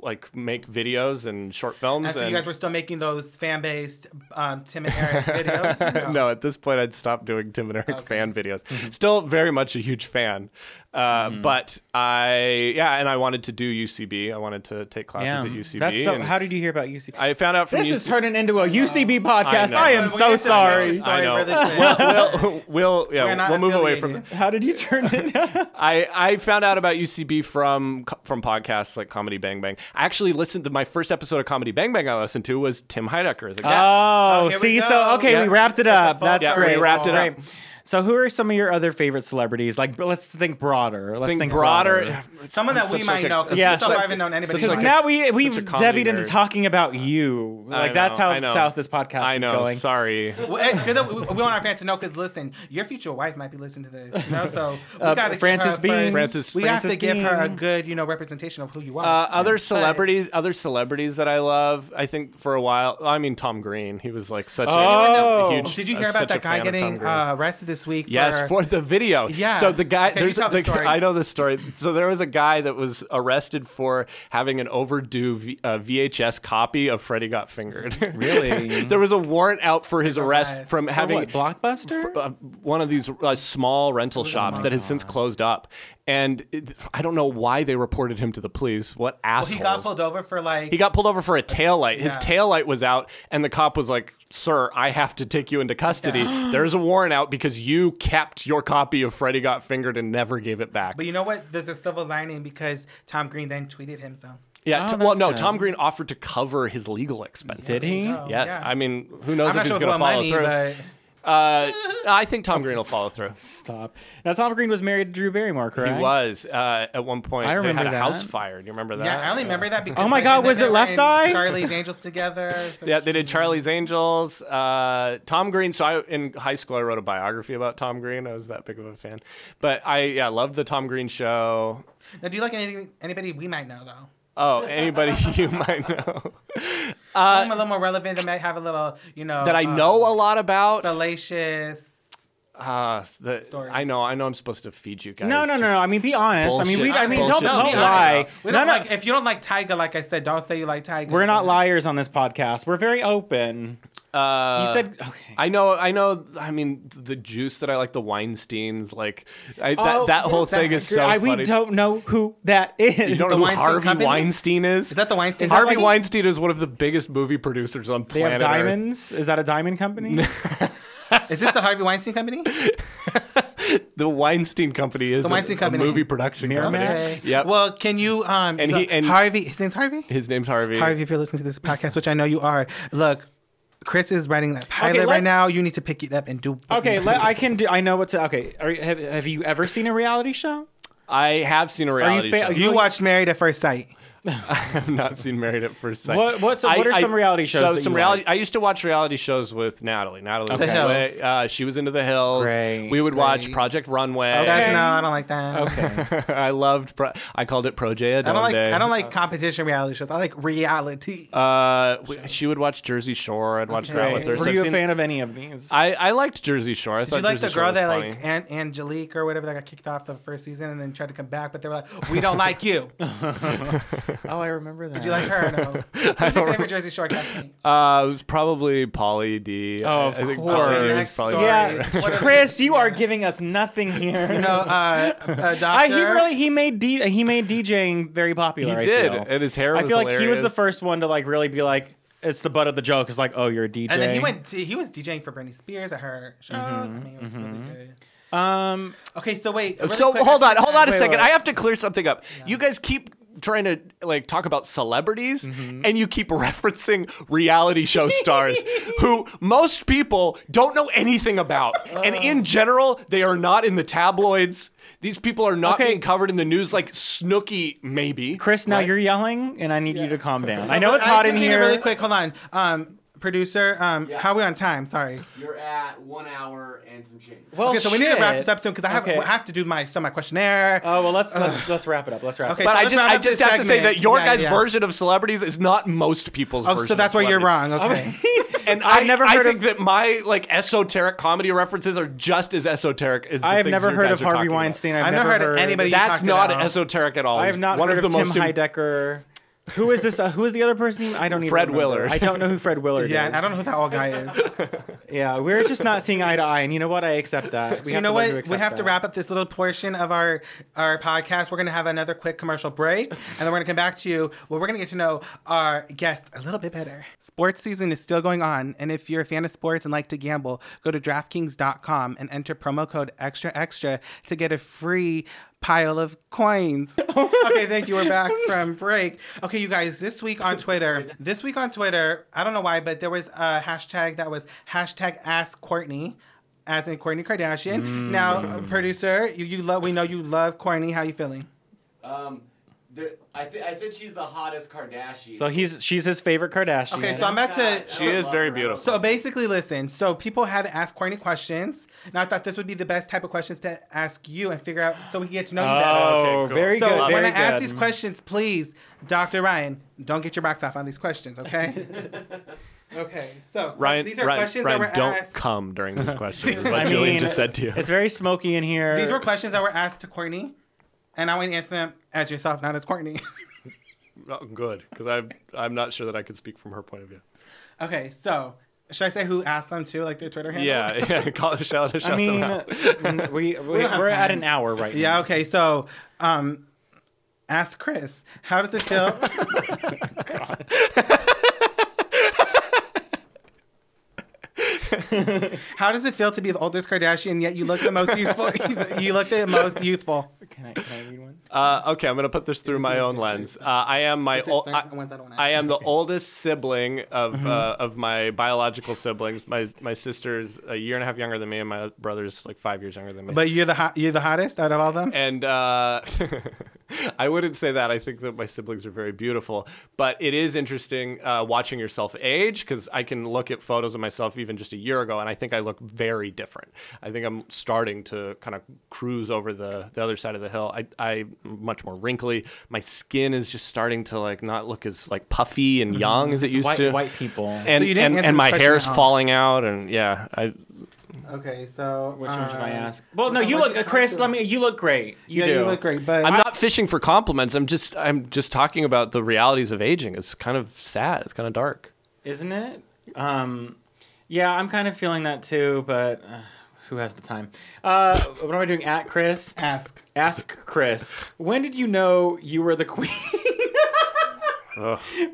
like make videos and short films.
And so you
and-
guys were still making those fan based um, Tim and Eric videos?
no, at this point, I'd stopped doing Tim and Eric fan videos. Still very much a huge fan. Uh, But I, yeah, and I wanted to do UCB. I wanted to take classes
yeah.
at UCB.
That's so,
and
how did you hear about UCB?
I found out from
this is
UCB.
turning into a UCB podcast.
know.
I, am
We
so
need to mention
sorry.
story
I know.
really quick.
we'll, we'll,
We're
yeah,
not
we'll move away from.
affiliated.
How did you turn it?
I, I found out about UCB from co- from podcasts like Comedy Bang Bang. I actually listened to my first episode of Comedy Bang Bang. I listened to was Tim Heidecker as a guest.
Ah.
Oh,
here we
see,
go.
so okay,
Yeah.
we wrapped it up. That's
Yeah, we
great.
wrapped it
Great.
up.
So who are some of your other favorite celebrities? Like, but let's think broader. Let's think,
think broader.
Someone that we might know. 'cause
Yeah,
so far
so-
I haven't known anybody.
Because
like a-
now we we've
a comedy
devied into
nerd.
talking about you. Like that's
know,
how
I know.
south this podcast
I
is
know.
going.
Sorry.
Well, eh, 'cause we, we want our fans to know. Because listen, your future wife might be listening to this. You know, so we
Uh,
gotta give
Frances
her
Bean.
first-
Frances-
We have to
Frances
give her a
Bean.
good, you know, representation of who you are.
Uh, other celebrities, other celebrities that I love. I think for a while, I mean Tom Green. He was like such
Oh.
a huge.
Did you
I
Oh. hear
was
about
such a
that guy
fan of Tom
getting
Green.
uh, arrested this this week.
Yes, for the video.
Yeah.
So the guy,
Okay, you
there's
tell the
the-
story.
I know the story. So there was a guy that was arrested for having an overdue v, uh, VHS copy of Freddy Got Fingered.
Really?
there was a warrant out for his arrest
Nice.
from having
what, Blockbuster?
f- uh, one of these uh, small
Oh
rental shops that has since closed up. And it, I don't know why they reported him to the police. What
Well,
assholes?
he got pulled over for like.
He got pulled over for a taillight. His
Yeah.
taillight was out, and the cop was like, Sir, I have to take you into custody. There's a warrant out because you kept your copy of Freddy Got Fingered and never gave it back.
but you know what? There's a silver lining because Tom Green then tweeted him some.
yeah,
Oh,
t- well,
that's
no,
good.
Tom Green offered to cover his legal expenses.
Did he?
So,
Yes.
yeah.
I mean, who knows
I'm
if
not
he's
sure
going
what
to follow
money,
through.
but
Uh, I think Tom Green will follow through.
Stop. Now, Tom Green was married to Drew Barrymore, correct?
He was uh, at one point.
I
they had
remember
a
that.
house fire. Do you remember that?
yeah, I only remember that because.
Oh my
like,
God,
and then
was
they
it
were
Left
in
Eye?
Charlie's Angels together. so-
Yeah, they did Charlie's Angels. Uh, Tom Green. So I, in high school, I wrote a biography about Tom Green. I was that big of a fan. But I yeah, loved the Tom Green show.
Now, do you like anything? Anybody we might know though?
Oh, anybody you might know
Something a little more relevant that might have a little, you know.
Uh, that I
uh,
know a lot about.
Fallacious.
Uh, the,
Stories.
I know. I know. I'm supposed to feed you guys.
No, no, no,
just-
no. I mean, be honest. I mean, we.
Bullshit.
I mean,
Bullshit.
don't,
No,
don't
we don't
lie.
We
No,
don't
no.
like, if you don't like Tiger, like I said, don't say you like Tiger.
We're not liars on this podcast. We're very open.
Uh,
You said okay.
I know, I know. I mean, the juice that I like, the Weinstein's, like I, that,
Oh,
that
what
whole
is
thing is so
I, we
funny.
don't know who that is.
you don't
The
know who
Weinstein
Harvey
Company?
Weinstein is?
Is that the Weinstein?
Is that
Harvey
like-
Weinstein is one of the biggest movie producers on
they have
planet Earth.
diamonds. Is that a diamond company?
Is this the Harvey Weinstein Company?
The Weinstein Company is
The Weinstein
a,
Company.
a movie production company.
Okay.
Yep.
Well, can you um
And
look,
he- and-
Harvey his name's Harvey?
his name's Harvey.
Harvey, if you're listening to this podcast, which I know you are, look, Chris is writing that pilot right
let's-
now. You need to pick it up and do. what
okay,
you
let,
do.
I can do. I know what to. Okay, Are, you- have, have you ever seen a reality show?
I have seen a reality
fa-
show.
you watched Married at First Sight.
I've not seen Married at First Sight.
What- what's- what are some reality shows
So
that
some
you
reality. I used to watch reality shows with Natalie. Natalie,
The Hills.
Runway, uh, she was into the Hills.
Great,
we would watch
great.
Project Runway.
That's, no, I don't like that.
Okay.
I loved. Pro- I called it Project.
I don't like. I don't like competition reality shows. I like reality.
Uh, w- she would watch Jersey Shore. I'd watch that
Right.
with her.
Were
I've
you a
seen-
fan of any of these?
I, I liked Jersey Shore. I
Did
thought
you like
Jersey
the
Shore
girl
was
that
funny.
like Aunt Angelique or whatever that got kicked off the first season and then tried to come back, but they were like, "We don't like you." Did
oh, I remember that.
you like her? No. Who's your favorite Jersey Shore cast?
Uh, it was probably Polly D.
Oh, of
I, I
course.
think Polly D
Okay,
was
next
probably-
story.
Yeah,
What are-
Chris, you are giving us nothing here.
You know, uh, a doctor.
I, he really he made D, he made DJing very popular.
He
I
did,
feel.
and his hair
I
was
feel like he was the
hilarious.
first one to like really be like, it's the butt of the joke. It's like, oh, you're a DJ.
And then he went. To, he was DJing for Britney Spears at her shows.
Mm-hmm,
I mean, it was really good.
Um,
Okay, so wait.
so hold on, hold on a
Wait,
second.
wait.
I have to clear something up. You guys keep trying to like talk about celebrities, and you keep referencing reality show stars who most people don't know anything about, and in general, they are not in the tabloids. These people are not
Okay.
being covered in the news, like Snooki, maybe.
Chris, now
right?
you're yelling, and I need you to calm down. I know
But
it's hot
I
in
just need to
here.
Really quick, hold on. Um, producer, um, how are we on time? Sorry.
You're at one hour and some change.
Well,
okay, so we need to wrap this
Oh, shit.
up soon because I have
Okay.
I have to do my so my questionnaire.
Oh well, let's let's, let's wrap it up. Let's wrap.
Okay,
it up.
so
But I
let's
just,
round
I
up this
just have to say
segment.
that your
Yeah,
guys'
yeah.
version of celebrities is not most people's
Oh,
version.
so that's
of
where you're
celebrities.
wrong. Okay.
And
I've
I,
never
I
heard
think
of-
that my like esoteric comedy references are just as esoteric as. The
I have
things
never
you
heard
guys
of
are
Harvey
talking about.
Weinstein. I've,
I've not
never
heard of anybody- that you
That's
talked
not
about.
esoteric at all.
I have not
One
heard
of the
Tim
most im-
Heidecker. Who is this? Uh, who is the other person? I don't even.
Fred
remember.
Willard.
I don't know who Fred Willard
Yeah,
is.
and I don't know who that old guy is.
Yeah, we're just not seeing eye to eye, and you know what? I accept that. We
you
have
know
to learn
what? We
accept
have to
that.
wrap up this little portion of our our podcast. We're gonna have another quick commercial break, and then we're gonna come back to you. Well, we're gonna get to know our guests a little bit better. Sports season is still going on, and if you're a fan of sports and like to gamble, go to DraftKings.com and enter promo code Extra Extra to get a free pile of coins. okay, thank you. We're back from break. Okay, you guys, this week on Twitter, this week on Twitter, I don't know why, but there was a hashtag that was hashtag Ask Courtney as in Courtney Kardashian.
Mm.
Now, producer, you, you love. We know you love Courtney. How you feeling?
Um, there, I, th- I said she's the hottest Kardashian.
So he's she's his favorite Kardashian.
Okay, so I'm about to.
God, I
She
don't
is
love
very
her.
beautiful.
So basically, listen. So people had to ask Courtney questions, and I thought this would be the best type of questions to ask you and figure out so we can get to know you
Oh,
better.
cool.
very
So
good.
when
very
I ask
good.
these questions, please, Dr. Ryan, don't get your box off on these questions, okay? Okay, so
Ryan,
these are
Ryan,
questions
Ryan,
that were
don't
asked.
come during these questions. is what
I
Jillian
mean,
just said to you.
It's very smoky in here.
These were questions that were asked to Courtney, and I want you to answer them as yourself, not as Courtney.
Oh, good, because I'm I'm not sure that I could speak from her point of view.
okay, so should I say who asked them too, like their Twitter handle?
Yeah, yeah. Call, shout shout
I mean,
them out.
n- we, we, we
don't have
are at
time.
an hour right now.
Yeah. Okay. So, um, ask Chris. How does it feel? How does it feel to be the oldest Kardashian yet you look the most useful? you look the most youthful.
Can I, can I read one?
Uh, okay, I'm gonna put this through my own lens. Uh, I am my ol- I,
Ones I don't wanna
I am the oldest sibling of uh, of my biological siblings. My my sister's a year and a half younger than me, and my brother's like five years younger than me.
But you're the hot, you're the hottest out of all them.
and uh, I wouldn't say that. I think that my siblings are very beautiful, but it is interesting uh, watching yourself age because I can look at photos of myself even just a year ago, and I think I look very different. I think I'm starting to kind of cruise over the, the other side of the hill. I, I'm much more wrinkly. My skin is just starting to like not look as like puffy and young as it used
Mm-hmm. White,
to.
white people.
And,
So you didn't
and,
answer
and
the
my
question
hair's
at all.
falling out, and yeah, I,
Okay. So
Which one should I
um,
ask? Well, no, you
I'll let
look,
you talk
Chris.
to
Let
him.
me. You look great. You
Yeah,
do.
you look great, but
I'm not fishing for compliments. I'm just I'm just talking about the realities of aging. It's kind of sad. It's kind of dark.
isn't it? Um, yeah, I'm kind of feeling that too, but uh, who has the time? Uh, what am I doing? At Chris,
ask.
ask Chris. When did you know you were the queen?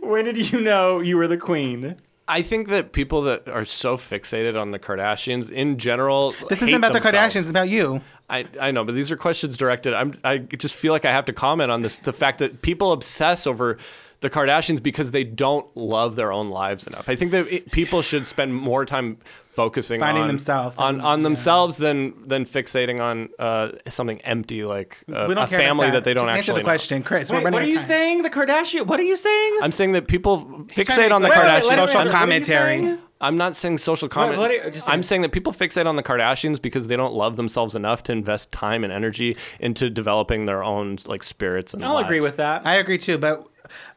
when did you know you were the queen?
I think that people that are so fixated on the Kardashians in general
This isn't about the Kardashians. It's about you.
I, I know, but these are questions directed. I'm I just feel like I have to comment on this. The fact that people obsess over the Kardashians because they don't love their own lives enough. I think that it, people should spend more time focusing
Finding
on
themselves
on,
and-
on themselves than than fixating on uh, something empty like uh,
We don't
a
care about
family that. they don't
Just
actually
answer the
know.
question, Chris. we're
Wait,
running
what
out
are
of
you
time.
saying? The Kardashian? What are you saying?
I'm saying that people fixate on the
Wait, wait,
Kardashians.
wait, let him Social
What are you
commentary.
saying?
I'm not saying social comment.
what are you- just-
I'm saying that people fixate on the Kardashians because they don't love themselves enough to invest time and energy into developing their own like spirits and
I'll agree
lives.
with that.
I agree too, but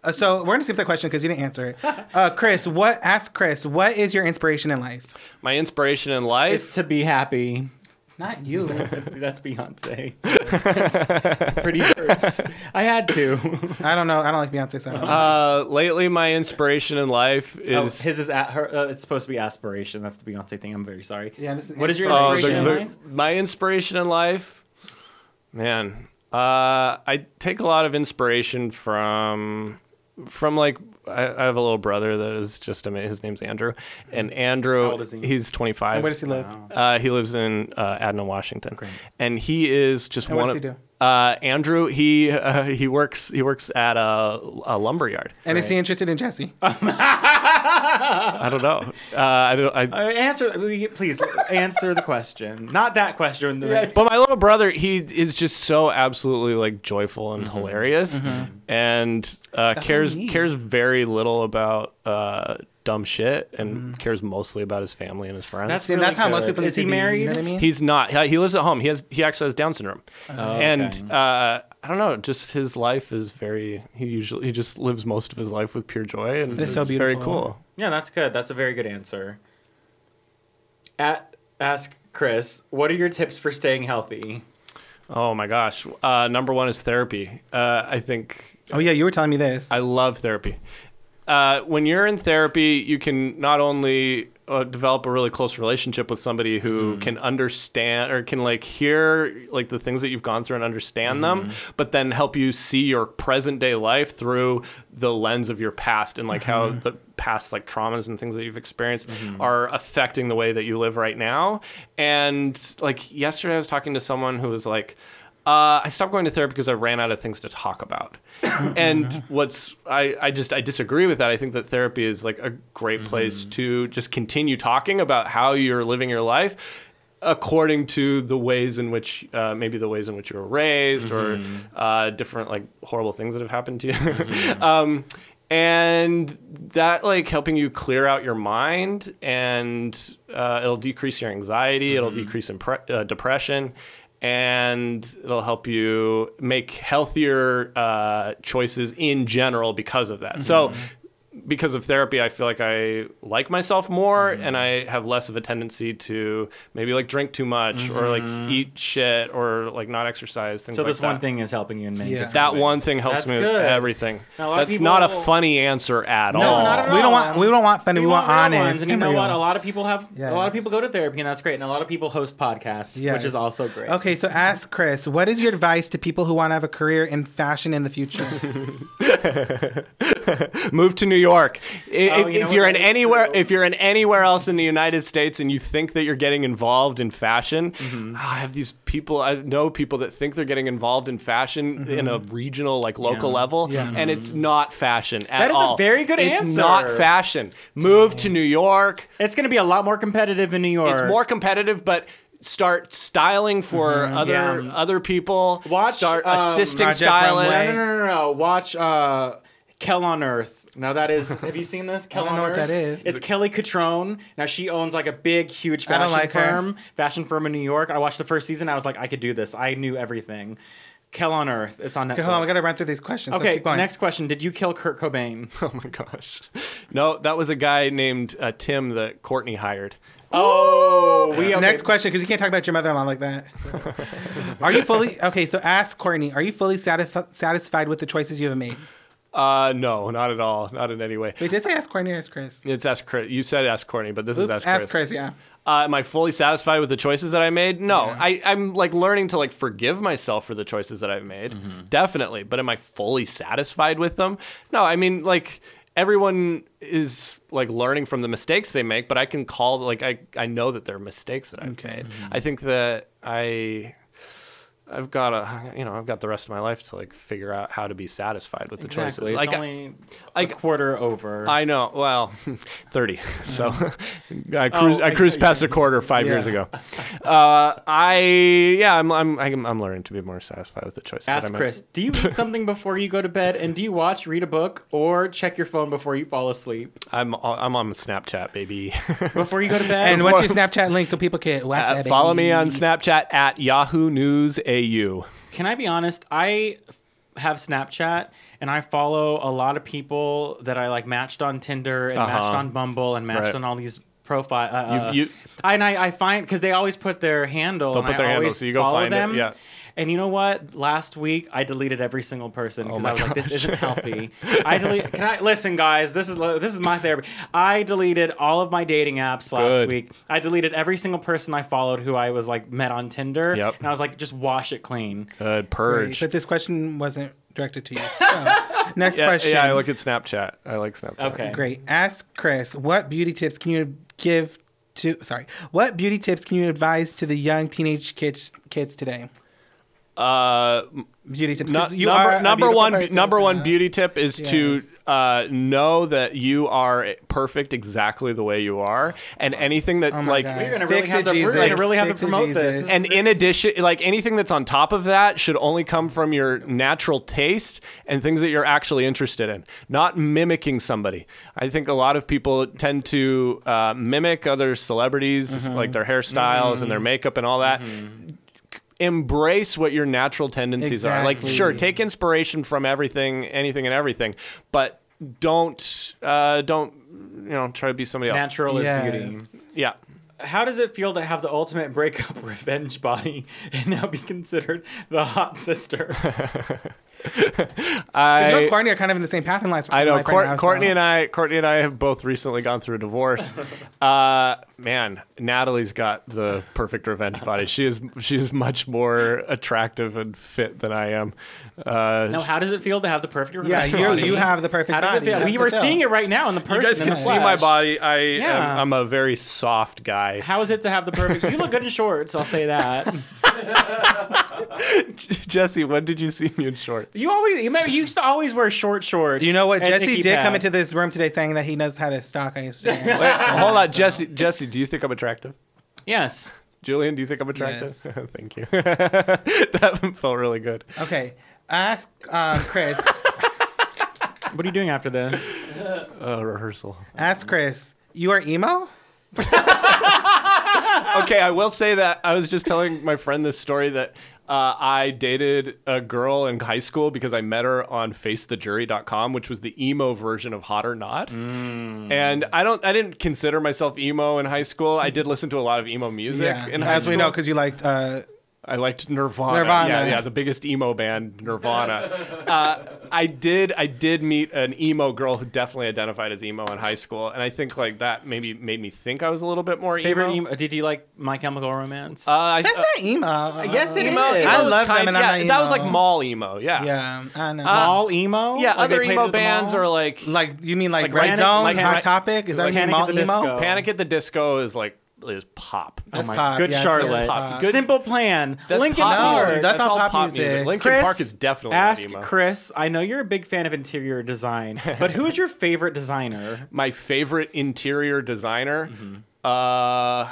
uh, so we're gonna skip that question because you didn't answer it. Uh, Chris, what? Ask Chris. What is your inspiration in life?
my inspiration in life.
It's to be happy.
Not you.
That's Beyonce. Pretty hurts. I had to.
I don't know. I don't like Beyonce. So I don't know.
Uh, lately, my inspiration in life
Oh,
is
his is at her. Uh, it's supposed to be aspiration. That's the Beyonce thing. I'm very sorry.
Yeah, this is
What is your
inspiration.
Oh, the-
inspiration? in
the-
life?
my inspiration in life, man. Uh, I take a lot of inspiration from from like I, I have a little brother that is just amazing. His name's Andrew, and Andrew
old is he?
he's 25.
Where does he live?
Uh, he lives in uh, Adna, Washington, and he is just
And what
one
does
of.
he
Uh, Andrew, he uh, he works he works at a, a lumber yard.
And is he interested in Jesse?
I don't know. Uh, I don't. I,
Uh, answer, please answer the question. Not that question. the-
But my little brother, he is just so absolutely like joyful and hilarious, and uh, cares
need.
cares very little about uh, dumb shit, and cares mostly about his family and his friends.
That's
See,
really
that's how most
good.
people
Is
need
he
to be,
married?
You know what I mean?
He's not. He he lives at home. He has. He actually has Down syndrome,
Oh,
and uh, I don't know. Just his life is very. He usually he just lives most of his life with pure joy, and
It's
it's,
so
very
beautiful.
cool.
Yeah, that's good. That's a very good answer. At ask Chris, what are your tips for staying healthy?
Oh my gosh. Uh, number one is therapy. Uh, I think
oh yeah, you were telling me this.
I love therapy. Uh, when you're in therapy, you can not only uh, develop a really close relationship with somebody who can understand or can like hear like the things that you've gone through and understand them, but then help you see your present day life through the lens of your past and like how the past like traumas and things that you've experienced are affecting the way that you live right now. And like yesterday, I was talking to someone who was like, uh, I stopped going to therapy because I ran out of things to talk about. and what's I, I just I disagree with that. I think that therapy is like a great place to just continue talking about how you're living your life according to the ways in which uh, maybe the ways in which you were raised or uh, different like horrible things that have happened to you. um, and that like helping you clear out your mind and uh, it'll decrease your anxiety it'll decrease impre- uh, depression and it'll help you make healthier uh, choices in general because of that so
Mm-hmm.
because of therapy, I feel like I like myself more and I have less of a tendency to maybe like drink too much or like eat shit or like not exercise,
Mm-hmm.
things
So
like
this
that.
one thing is helping you in many
Yeah.
different
that
ways.
one thing helps
That's
me with
good.
everything.
Now, a lot of
That's not a
people-
funny answer at
No,
all.
not at all.
We don't want we don't want funny. We, want,
real ones,
honest.
and you
and
know what?
real.
A lot of people have a lot
Yes.
of people go to therapy, and that's great. And a lot of people host podcasts, which
Yes.
is also great.
Okay, so ask Chris, what is your advice to people who want to have a career in fashion in the future?
Move to New York. I- If,
Oh, you know
if
what?
you're in
That is
anywhere,
true.
if you're in anywhere else in the United States, and you think that you're getting involved in fashion,
Mm-hmm.
ah, I have these people. I know people that think they're getting involved in fashion
Mm-hmm.
in a regional, like local level,
Yeah.
and it's not fashion at
That is a
all.
very good
it's
answer.
It's not fashion. Move to New York.
It's going to be a lot more competitive in New York.
It's more competitive, but. Start styling for other
Mm-hmm. Yeah.
other people.
Watch,
Start
um,
assisting
Project Runway.
No, no,
stylists.
no, no, no. Watch uh, Kel on Earth. No, that is. Have you seen this? Kel
don't
on
know what
Earth.
that is.
It's Kelly Catrone. Now she owns like a big, huge
I
fashion
don't like her.
firm, fashion firm in New York. I watched the first season. I was like, I could do this. I knew everything. Kel on Earth. It's on Netflix.
Okay, hold on, we gotta run through these questions. so
Okay,
keep going.
next question. Did you kill Kurt Cobain?
Oh my gosh. No, that was a guy named uh, Tim that Courtney hired.
Oh, we okay.
Next question, because you can't talk about your mother-in-law like that. are you fully okay? So ask Courtney, are you fully satisf- satisfied with the choices you have made?
Uh, no, not at all. Not in any way.
Wait, did I say ask Courtney or ask Chris?
It's ask Chris. You said ask Courtney, but this
Oops,
is ask,
ask
Chris.
Chris. Yeah.
Uh, am I fully satisfied with the choices that I made? No, I, I'm like learning to like forgive myself for the choices that I've made.
Mm-hmm.
Definitely. But am I fully satisfied with them? No, I mean, like everyone is like learning from the mistakes they make, but I can call like, I, I know that they're mistakes that I've made.
Mm-hmm.
I think that I, I've got a, you know, I've got the rest of my life to like figure out how to be satisfied with the
Exactly.
choices.
It's
Like,
only
like-
a quarter over.
I know. Well, thirty. So I cruised. I
I
cruised
see what
past a quarter five years
Yeah.
ago. Uh, I yeah. I'm, I'm I'm I'm learning to be more satisfied with the choices. that I
Ask
make.
Chris, do you eat something before you go to bed? And do you watch, read a book, or check your phone before you fall asleep?
I'm I'm on Snapchat, baby.
Before you go to bed?
And what's your Snapchat link so people can watch
Uh,
that?
follow
baby?
me on Snapchat at Yahoo News AU.
Can I be honest? I have Snapchat and I follow a lot of people that I like matched on Tinder and matched
Uh-huh.
on Bumble and matched
Right.
on all these profile. Uh,
You've- you-
I, and I, I find because they always put their handle.
They'll
and
put
I
their handle,
always
so you go
follow
find it,
them.
yeah.
And you know what? Last week I deleted every single person because
Oh my
I was like, "This isn't healthy." I delete. Can I listen, guys? This is lo- this is my therapy. I deleted all of my dating apps last
Good.
week. I deleted every single person I followed who I was like met on Tinder.
Yep.
And I was like, just wash it clean.
Uh, purge.
But this question wasn't directed to you. So, next
yeah,
question.
yeah, I look at Snapchat. I like Snapchat.
Okay.
Great. Ask Chris, what beauty tips can you give to sorry, what beauty tips can you advise to the young teenage kids kids today?
Uh,
Beauty tips.
No-
'cause you
number
are a
number
beautiful
one
person,
number
so-
one beauty tip is to
Yes.
uh, know that you are perfect exactly the way you are, and anything that
Oh my
like.
God.
We're gonna
Fix
really
it,
have to- we're
Jesus.
gonna really have to
Fix it,
promote this.
Jesus.
And in addition, like anything that's on top of that should only come from your natural taste and things that you're actually interested in, not mimicking somebody. I think a lot of people tend to uh, mimic other celebrities,
Mm-hmm.
like their hairstyles and their makeup and all that. embrace what your natural tendencies are. Like,
Exactly.
sure, take inspiration from everything, anything and everything, but don't, uh, don't, you know, try to be somebody else.
Natural
Yes.
is beauty.
Yeah.
How does it feel to have the ultimate breakup revenge body and now be considered the hot sister?
You know,
I,
Courtney are kind of in the same path in life.
I know
life
Court,
right now,
Courtney
so.
and I, Courtney and I have both recently gone through a divorce. uh, man, Natalie's got the perfect revenge body. She is, she is much more attractive and fit than I am. Uh,
no, how does it feel to have the perfect
Yeah,
revenge
you
body?
you have the perfect
How does it
body.
feel?
That's
We
the
were
deal.
seeing it right now in the person.
you guys
in
can
the
see my
flesh.
body. I am,
Yeah.
I'm a very soft guy.
How is it to have the perfect? You look good in shorts. I'll say that.
Jesse, when did you see me in shorts?
You always, you remember, you used to always wear short shorts.
You know what?
and
Jesse
icky
did come
pads.
into this room today saying that he knows how to stalk on Instagram.
Wait, hold on, Jesse. Jesse, do you think I'm attractive?
Yes.
Julian, do you think I'm attractive? Thank you. that felt really good.
okay. Ask um, Chris.
What are you doing after this?
Uh, rehearsal.
ask Chris. You are emo?
okay, I will say that I was just telling my friend this story that uh, I dated a girl in high school because I met her on facethejury.com, which was the emo version of Hot or Not.
Mm.
And I don't, I didn't consider myself emo in high school. I did listen to a lot of emo music
yeah.
in high
As
school.
we know, because you liked uh,
I liked Nirvana.
Nirvana.
Yeah, yeah, the biggest emo band, Nirvana. uh, I did, I did meet an emo girl who definitely identified as emo in high school, and I think like that maybe made me think I was a little bit more
Favorite
emo.
emo? Did you like My Chemical Romance?
Uh, I,
that's
uh,
not emo.
yes, it
emo.
is.
emo
I
is
love
kind-
them, and I'm
yeah,
not
that was
emo.
like mall emo. Yeah,
Yeah, I know.
all uh, emo?
yeah.
Like,
other
they played it
emo
at the
bands
mall?
Oh
are like,
like you mean like,
Like
Red
Panic-
Zone,
like
Hot
Panic-
Topic? Is that
like
what you mean,
Panic at
mall
the
emo?
Disco.
Panic at the Disco is like is pop.
That's
Oh my
pop,
good
yeah, that's
Charlotte.
pop.
Good-
Simple Plan.
That's
Lincoln
pop
Park.
music.
That's
all
all pop
music.
music.
Linkin
Chris,
Park is definitely not
ask
emo.
Chris. I know you're a big fan of interior design, but who is your favorite designer?
my favorite interior designer. Uh,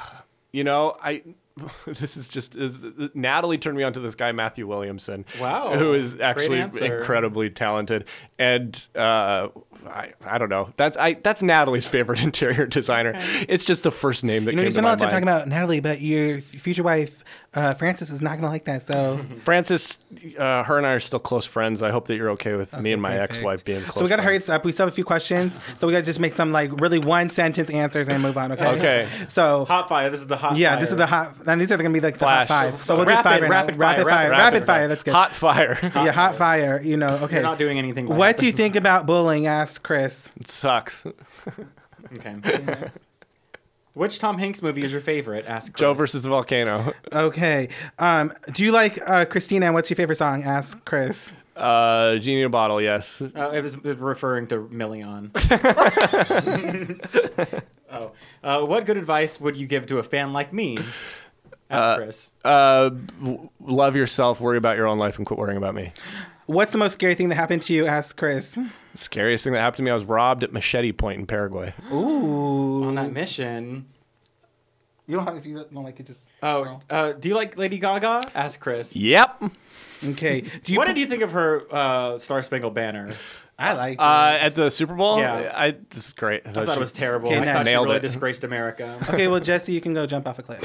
you know, I this is just is, Natalie turned me on to this guy Matthew Williamson.
Wow.
who is actually
answer.
incredibly talented, and uh, I, I don't know. That's I that's Natalie's favorite interior designer. It's just the first name that
You know,
came
you
to
spend a
my
lot
mind.
of time talking about Natalie, but your f- future wife, uh, Frances, is not going to like that. So,
Francis, uh, her and I are still close friends. I hope that you're okay with me and my
perfect.
ex-wife being close.
so we got to hurry
friends.
this up. We still have a few questions, so we got to just make some like really one sentence answers and move on. Okay.
Okay.
So
Hot fire. This is the hot.
yeah,
fire.
this is the hot, and these are going to be like the
Flash.
hot five. So we'll do
Rapid,
five right now.
rapid fire,
rapid fire,
rapid,
rapid fire. That's good.
Hot fire.
yeah, hot fire. You know. Okay.
You're not doing anything. right.
What do you think about bullying? Asked Chris.
it sucks.
Okay. Which Tom Hanks movie is your favorite? Ask Chris.
Joe versus the volcano.
Okay. Um, do you like uh, Christina? And what's your favorite song? Asked Chris.
Uh, Genie in a bottle. Yes.
Uh, it was referring to Million. oh, uh, what good advice would you give to a fan like me? Ask Chris.
uh, w- love yourself, worry about your own life, and quit worrying about me.
What's the most scary thing that happened to you? Asked Chris.
Scariest thing that happened to me, I was robbed at Machete Point in Paraguay.
Ooh.
On that mission.
You don't have if you don't like it. Just
Oh, uh, do you like Lady Gaga? Ask Chris.
Yep.
okay. Do you?
What did you think of her uh, Star Spangled Banner?
I like.
Uh, at the Super Bowl,
Yeah.
I this is great. I
I thought
she-
it was terrible.
Okay,
I thought she
nailed
really
it.
disgraced America.
okay. Well, Jesse, you can go jump off a cliff.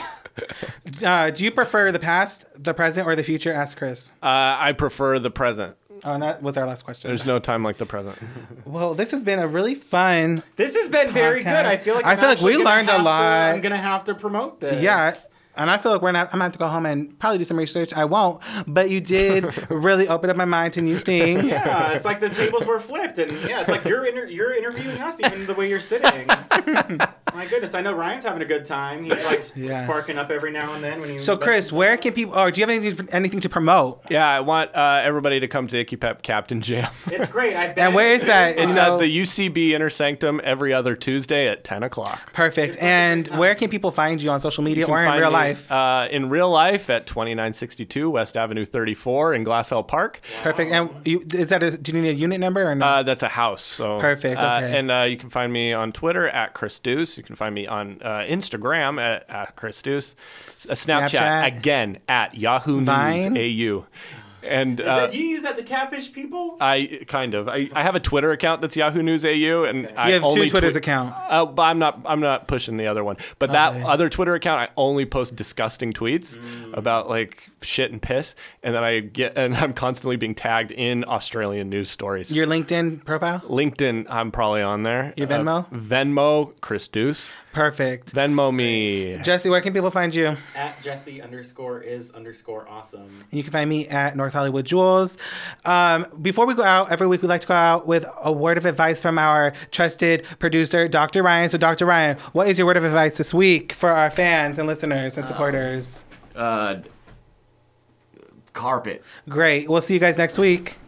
Uh, do you prefer the past, the present, or the future? Asked Chris.
Uh, I prefer the present.
Oh, and that was our last question.
There's no time like the present.
Well, this has been a really fun.
This has been very
Podcast.
good. I feel like
I
I'm
feel like we
actually gonna
learned a
have to-
lot.
I'm gonna have to promote this.
Yeah. And I feel like we're not. I'm gonna have to go home and probably do some research. I won't, but you did really open up my mind to new things.
Yeah, it's like the tables were flipped, and yeah, it's like you're inter- you're interviewing us even the way you're sitting. My goodness, I know Ryan's having a good time. He's like sp-
Yeah.
sparking up every now and then when he.
So, Chris, where can people? Or do you have anything anything to promote?
Yeah, I want uh, everybody to come to Icky Pep Captain Jam.
it's great. I bet
And where is that? You
It's
know-
at the UCB Inner Sanctum every other Tuesday at 10 o'clock.
Perfect. And where can people find you on social media
You can
or in
find
real
me,
life?
Uh, in real life at 2962 West Avenue 34 in Glassell Park.
Perfect. And you, is that a, do you need a unit number or no?
Uh, that's a house. So
Perfect,
Uh,
okay.
And uh, you can find me on Twitter at Chris Deuce. You can find me on uh, Instagram at, at Chris Deuce. A Snapchat,
Snapchat.
again at Yahoo
Vine?
News AU. And
Is
uh,
that, do you use that to catfish people?
I kind of I, I have a Twitter account that's Yahoo News AU, and I
you have
only
two Twitter's
tweet-
account.
Uh, but I'm not. I'm not pushing the other one. But that other Twitter account, I only post disgusting tweets about like shit and piss, and then I get and I'm constantly being tagged in Australian news stories.
Your LinkedIn profile?
LinkedIn, I'm probably on there. Uh,
Your Venmo?
Venmo, Chris Deuce.
Perfect.
Venmo me.
Jesse, where can people find you? And
At Jesse underscore is underscore awesome.
you can find me at North Hollywood Jewels. Um, before we go out, every week we like to go out with a word of advice from our trusted producer, Dr. Ryan. So, Dr. Ryan, what is your word of advice this week for our fans and listeners
Um,
and supporters?
Uh, carpet.
Great. We'll see you guys next week.